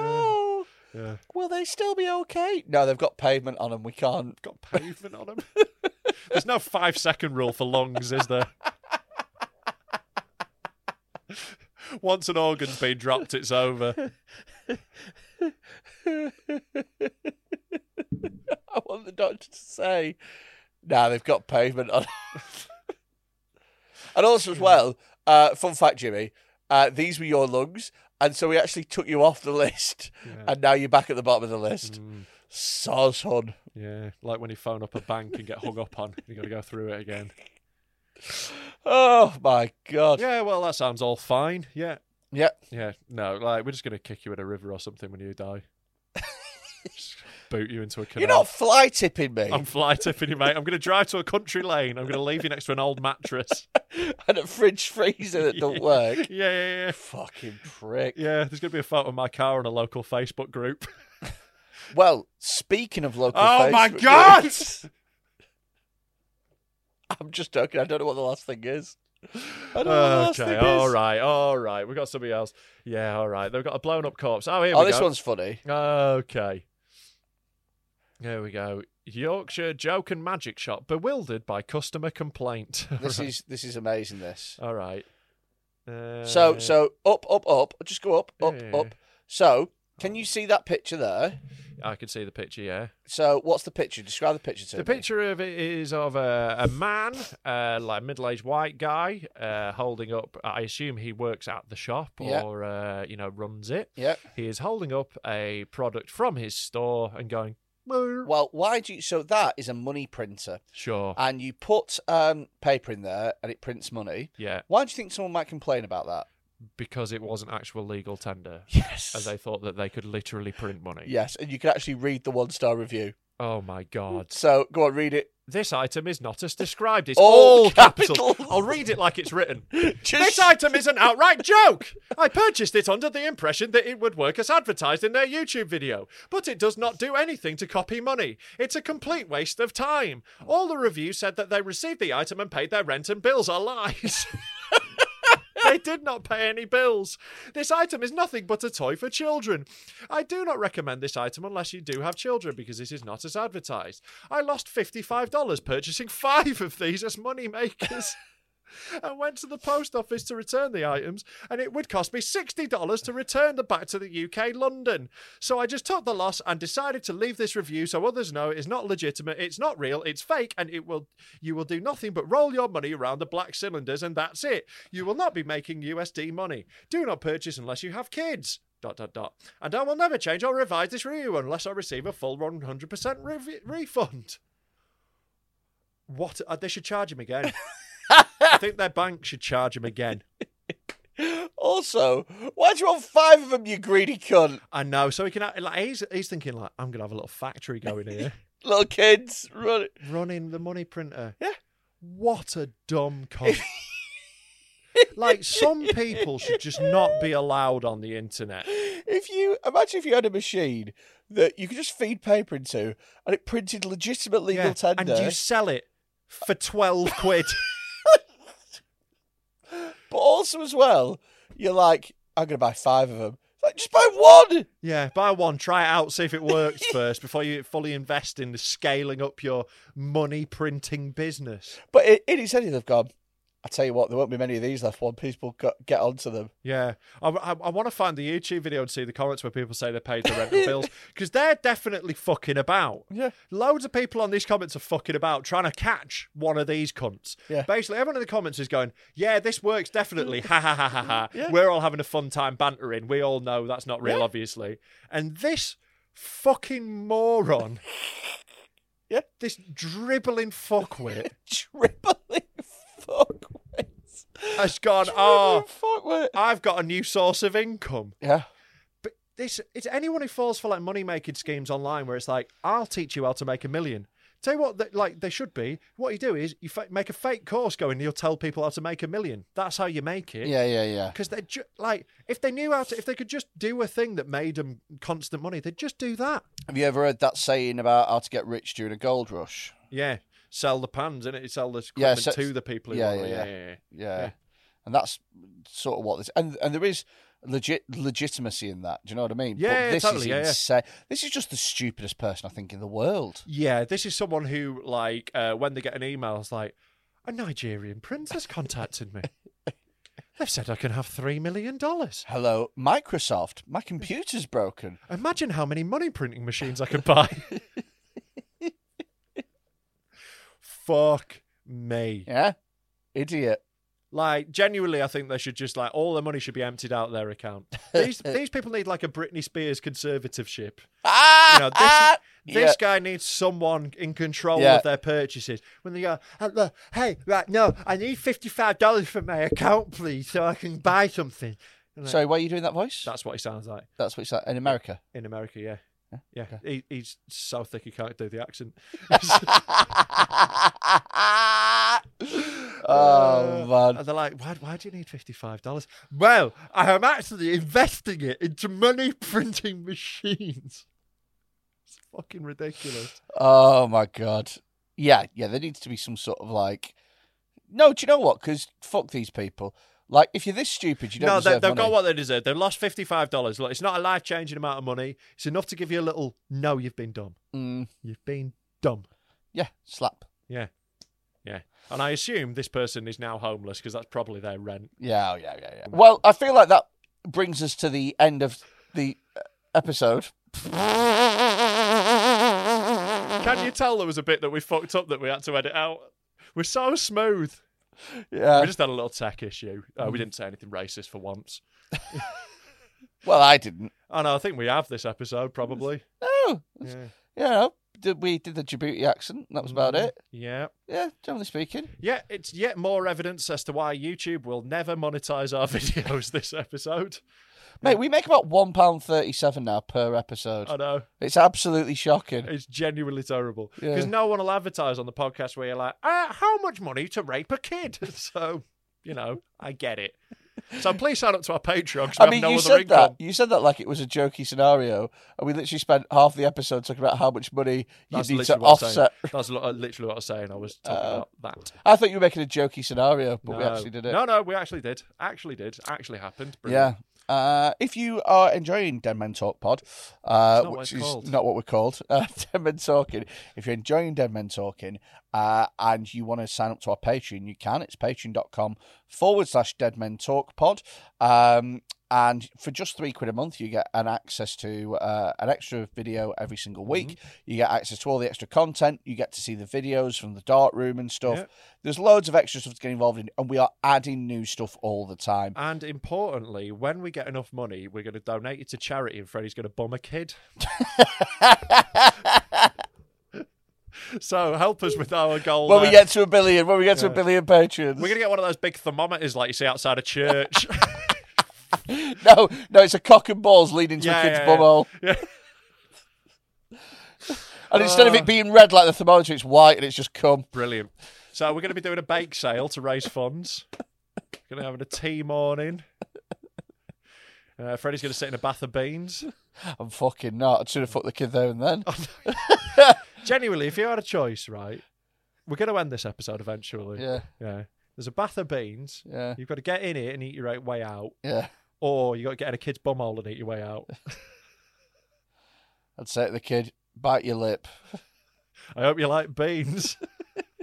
Speaker 2: no.
Speaker 3: Yeah.
Speaker 2: Will they still be okay? No, they've got pavement on them. We can't.
Speaker 3: Got pavement on him. There's no five second rule for lungs, is there? <laughs> Once an organ's been dropped, it's <laughs> over.
Speaker 2: <laughs> I want the doctor to say, "No, they've got pavement on." <laughs> and also, as well, uh, fun fact, Jimmy, uh, these were your lungs, and so we actually took you off the <laughs> list, and now you're back at the bottom of the list.
Speaker 3: Mm.
Speaker 2: So son.
Speaker 3: Yeah. Like when you phone up a bank and get hung up on, you got to go through it again.
Speaker 2: Oh my god.
Speaker 3: Yeah, well, that sounds all fine. Yeah.
Speaker 2: Yep.
Speaker 3: Yeah. No, like, we're just going to kick you in a river or something when you
Speaker 2: <laughs>
Speaker 3: die. Just boot you into a canal.
Speaker 2: You're not fly tipping me,
Speaker 3: I'm fly tipping you, mate. I'm going to drive to a country lane. I'm going to leave you next to an old mattress.
Speaker 2: <laughs> <laughs> and a fridge freezer that don't work.
Speaker 3: <laughs> Yeah, yeah, yeah.
Speaker 2: Fucking prick.
Speaker 3: Yeah, there's going to be a photo of my car on a local Facebook group.
Speaker 2: <laughs> Well, speaking of local,
Speaker 3: Oh, my
Speaker 2: Facebook <laughs>
Speaker 3: God!
Speaker 2: groups- I'm just joking. I don't know what the last thing is. I don't know what the last
Speaker 3: okay,
Speaker 2: thing
Speaker 3: all
Speaker 2: is.
Speaker 3: right, all right. We've got somebody else. Yeah, all right. They've got a blown up corpse. Oh, here
Speaker 2: Oh,
Speaker 3: we
Speaker 2: this
Speaker 3: go.
Speaker 2: one's funny.
Speaker 3: Okay. Here we go. Yorkshire Joke and Magic Shop bewildered by customer complaint. <laughs>
Speaker 2: This
Speaker 3: Right.
Speaker 2: is this is amazing. This.
Speaker 3: all right. Uh,
Speaker 2: So so up up up. Just go up up
Speaker 3: Yeah.
Speaker 2: up. So can you see that picture there?
Speaker 3: I can see the picture. Yeah,
Speaker 2: So what's the picture? Describe the picture to
Speaker 3: the
Speaker 2: me.
Speaker 3: picture of it is of a, a man, uh, like middle-aged white guy, uh, holding up. I assume he works at the shop
Speaker 2: Yeah.
Speaker 3: or uh, you know runs it.
Speaker 2: Yeah.
Speaker 3: He is holding up a product from his store and going, "Moo."
Speaker 2: Well, why do you? So that is a money printer,
Speaker 3: "Sure,
Speaker 2: and you put um, paper in there, and it prints money.
Speaker 3: yeah,"
Speaker 2: Why do you think someone might complain about that?
Speaker 3: because it wasn't actual
Speaker 2: <laughs>
Speaker 3: legal tender.
Speaker 2: Yes.
Speaker 3: and they thought that they could literally print money.
Speaker 2: Yes, and you can actually read the one star review.
Speaker 3: Oh my god.
Speaker 2: So go on, read it. <gasps>
Speaker 3: This item is not as described. It's
Speaker 2: All
Speaker 3: all, capital.
Speaker 2: capitals.
Speaker 3: I'll read it like it's written.
Speaker 2: Just-
Speaker 3: This item is an outright joke. I purchased it under the impression that it would work as advertised in their YouTube video, but it does not do anything to copy money. It's a complete waste of time. All the reviews said that they received the item and paid their rent and bills are lies. <laughs> they did not pay any bills. This item is nothing but a toy for children. I do not recommend this item unless you do have children because it is not as <laughs> advertised. I lost $55 purchasing five of these as money makers. and went to the post office to return the items, and it would cost me $60 to return them back to the UK, London. So I just took the loss and decided to leave this review so others know it is not legitimate, it's not real, it's fake, and it will you will do nothing but roll your money around the black cylinders, and that's it. You will not be making USD money. Do not purchase unless you have kids. Dot dot dot. And I will never change or revise this review unless I receive a full 100% re- refund. What? Uh, they should charge him again. I think their bank should charge him again.
Speaker 2: Also, why do you want five of them, you greedy cunt?
Speaker 3: I know. So he can act- like he's he's thinking like I'm gonna have a little factory going here,
Speaker 2: Little kids, run it.
Speaker 3: <laughs> running the money printer.
Speaker 2: Yeah.
Speaker 3: What a dumb cunt. <laughs> like some people should just not be allowed on the internet.
Speaker 2: If you imagine if you had a machine that you could just feed paper into and it printed legitimate legal
Speaker 3: Yeah,
Speaker 2: tender,
Speaker 3: And you sell it for twelve <laughs> quid.
Speaker 2: but also as well, you're like, I'm gonna buy five of them. Like, just buy one.
Speaker 3: yeah, buy one, try it out, see if it works first before you fully invest in scaling up your money printing business.
Speaker 2: But in, in his head, he'll have gone. I tell you what, there won't be many of these left. One people got, get onto them.
Speaker 3: Yeah, I, I, I want to find the YouTube video and see the comments where people say they paid their rent and bills
Speaker 2: <laughs>
Speaker 3: because they're definitely fucking about.
Speaker 2: Yeah.
Speaker 3: loads of people on these comments are fucking about trying to catch one of these cunts.
Speaker 2: Yeah.
Speaker 3: basically everyone in the comments is going, "Yeah, this
Speaker 2: <laughs>
Speaker 3: works definitely." Ha ha ha ha ha.
Speaker 2: Yeah.
Speaker 3: We're all having a fun time bantering. We all know that's not real,
Speaker 2: Yeah.
Speaker 3: obviously. And this fucking moron,
Speaker 2: <laughs> Yeah.
Speaker 3: this dribbling fuckwit,
Speaker 2: <laughs> Dribbling fuckwits.
Speaker 3: has gone. Oh,
Speaker 2: Dribbling fuckwit.
Speaker 3: I've got a new source of income.
Speaker 2: Yeah.
Speaker 3: But this it's anyone who falls for like money making schemes online where it's like, I'll teach you how to make a million. Tell you what, th- like they should be. What you do is you fa- make a fake course going. You'll tell people how to make a million. That's how you make it.
Speaker 2: Yeah, yeah, yeah.
Speaker 3: Because they're ju- like, if they knew how to, if they could just do a thing that made them constant money, they'd just do that.
Speaker 2: Have you ever heard that saying about how to get rich during a gold rush?
Speaker 3: Yeah, sell the pans, innit? You sell the
Speaker 2: Yeah,
Speaker 3: equipment
Speaker 2: so-
Speaker 3: to the people who
Speaker 2: yeah,
Speaker 3: want it.
Speaker 2: yeah,
Speaker 3: Yeah,
Speaker 2: yeah.
Speaker 3: yeah,
Speaker 2: Yeah.
Speaker 3: yeah. Yeah.
Speaker 2: And that's sort of what this and and there is legit legitimacy in that. Do you know what I mean?
Speaker 3: Yeah, yeah,
Speaker 2: but this
Speaker 3: totally,
Speaker 2: is
Speaker 3: yeah, yeah.
Speaker 2: insane. This is just the stupidest person I think in the world.
Speaker 3: Yeah, this is someone who, like, uh, when they get an email, it's like, a Nigerian prince has contacted me. They've said I can have $3 million.
Speaker 2: Hello, Microsoft. My computer's broken.
Speaker 3: Imagine how many money printing machines I could buy. Fuck me.
Speaker 2: Yeah, idiot.
Speaker 3: Like, genuinely, I think they should just, like, all their money should be emptied out of their account. These, these people need, like, a Britney Spears conservativeship.
Speaker 2: Ah,
Speaker 3: You know, this, this
Speaker 2: <laughs> Yeah.
Speaker 3: guy needs someone in control
Speaker 2: Yeah.
Speaker 3: of their purchases. When they go, "Uh, look, hey, right, no, I need fifty-five dollars from my account, please, so I can buy something. And like,
Speaker 2: <laughs> Sorry, why are you doing that voice?
Speaker 3: that's what he sounds like
Speaker 2: That's what it's like in
Speaker 3: <laughs>
Speaker 2: America. <laughs>
Speaker 3: in America. Yeah, yeah. He, he's so thick he can't do
Speaker 2: <laughs>
Speaker 3: the accent. <laughs> uh,
Speaker 2: oh man.
Speaker 3: And they're like, why, why do you need fifty-five dollars? Well, I am actually investing it into money <laughs> printing machines. It's fucking ridiculous.
Speaker 2: Oh my god. Yeah, yeah. There needs to be some sort of like. No, do you know what? Because fuck these people. Like, if you're this stupid, you don't.
Speaker 3: no, they,
Speaker 2: deserve
Speaker 3: they've
Speaker 2: money.
Speaker 3: got what they deserve. They've lost fifty-five dollars. Look, it's not a life-changing amount of money. It's enough to give you a little. No, you've been dumb.
Speaker 2: Mm,
Speaker 3: You've been dumb.
Speaker 2: yeah, slap.
Speaker 3: Yeah, yeah. And I assume this person is now homeless because that's probably their rent.
Speaker 2: Yeah, oh, yeah, yeah, yeah. Well, I feel like that brings us to the end of the uh, episode.
Speaker 3: Can you tell there was a bit that we fucked up that we had to edit out? We're so smooth.
Speaker 2: Yeah.
Speaker 3: we just had a little tech issue. Uh, we didn't say anything racist for once.
Speaker 2: Well, I didn't.
Speaker 3: Oh no, I think we have this episode probably.
Speaker 2: No. Yeah.
Speaker 3: Yeah.
Speaker 2: no, did- we did the Djibouti accent. and That was about
Speaker 3: Mm.
Speaker 2: it.
Speaker 3: Yeah.
Speaker 2: Yeah, generally speaking.
Speaker 3: Yeah, it's yet more evidence as to why YouTube will never monetize our <laughs> videos this episode.
Speaker 2: Mate, we make about one pound thirty-seven now per episode.
Speaker 3: I know.
Speaker 2: It's absolutely shocking.
Speaker 3: It's genuinely terrible
Speaker 2: Yeah.
Speaker 3: because no one will advertise on the podcast where you're like, uh, how much money to rape a kid? <laughs> So, you know, I get it. So please sign up to our Patreon 'cause we
Speaker 2: I mean,
Speaker 3: have no
Speaker 2: you
Speaker 3: other
Speaker 2: said
Speaker 3: income.
Speaker 2: that. You said that like it was a jokey scenario, and we literally spent half the episode talking about how much money you
Speaker 3: That's
Speaker 2: need to
Speaker 3: literally what I'm saying.
Speaker 2: offset.
Speaker 3: That's lo- literally what I was saying. I was talking
Speaker 2: Uh,
Speaker 3: about that.
Speaker 2: I thought you were making a jokey scenario, but we
Speaker 3: No.
Speaker 2: actually did it.
Speaker 3: No, no, we actually did. Actually did. Actually happened.
Speaker 2: yeah,
Speaker 3: Brilliant.
Speaker 2: Uh, if you are enjoying Dead Men Talk Pod, uh,
Speaker 3: It's not what
Speaker 2: which is
Speaker 3: it's called.
Speaker 2: not what we're called, <laughs> uh, Dead Men Talking, if you're enjoying Dead Men Talking uh, and you want to sign up to our Patreon, you can. It's patreon.com forward slash Dead Men Talk Pod. Um, and for just three quid a month, you get an access to uh, an extra video every single
Speaker 3: Mm-hmm.
Speaker 2: week. You get access to all the extra content. You get to see the videos from the dark room and stuff.
Speaker 3: Yeah.
Speaker 2: There's loads of extra stuff to get involved in, and we are adding new stuff all the time.
Speaker 3: And importantly, when we get enough money, we're going to donate it to charity, and Freddie's going to bomb
Speaker 2: <laughs>
Speaker 3: a kid. <laughs> so help us with our goal.
Speaker 2: when we
Speaker 3: there.
Speaker 2: get to a billion, when we get to a billion patrons,
Speaker 3: we're going to get one of those big thermometers like you see outside
Speaker 2: <laughs>
Speaker 3: a church.
Speaker 2: no, no, it's a cock and balls leading to
Speaker 3: Yeah,
Speaker 2: a kid's
Speaker 3: yeah, yeah.
Speaker 2: bumhole.
Speaker 3: Yeah.
Speaker 2: And instead
Speaker 3: Uh.
Speaker 2: of it being red like the thermometer, it's white and it's just cum.
Speaker 3: Brilliant. So we're going to be doing a bake sale to raise funds. We're going to have a tea morning. Uh, Freddie's going to sit in a bath of beans.
Speaker 2: I'm fucking not. I'd sooner fuck the kid there and
Speaker 3: <laughs>
Speaker 2: then.
Speaker 3: Genuinely, if you had a choice, right? We're going to end this episode eventually.
Speaker 2: Yeah.
Speaker 3: Yeah. There's a bath of beans.
Speaker 2: Yeah.
Speaker 3: You've got to get in it and eat your right way out,
Speaker 2: Yeah,
Speaker 3: or you got to get in a kid's bumhole and eat your way out.
Speaker 2: I'd say to the kid, bite your lip.
Speaker 3: I hope you like beans.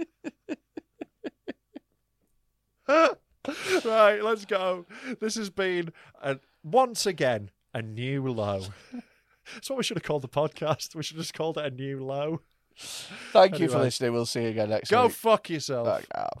Speaker 3: <laughs> right, let's go. This has been a, once again a new low. That's what we should have called the podcast. We should have just called it a new low.
Speaker 2: Thank you for
Speaker 3: Anyway.
Speaker 2: listening. We'll see you Uh, again next
Speaker 3: Go
Speaker 2: week.
Speaker 3: fuck yourself.
Speaker 2: Fuck off.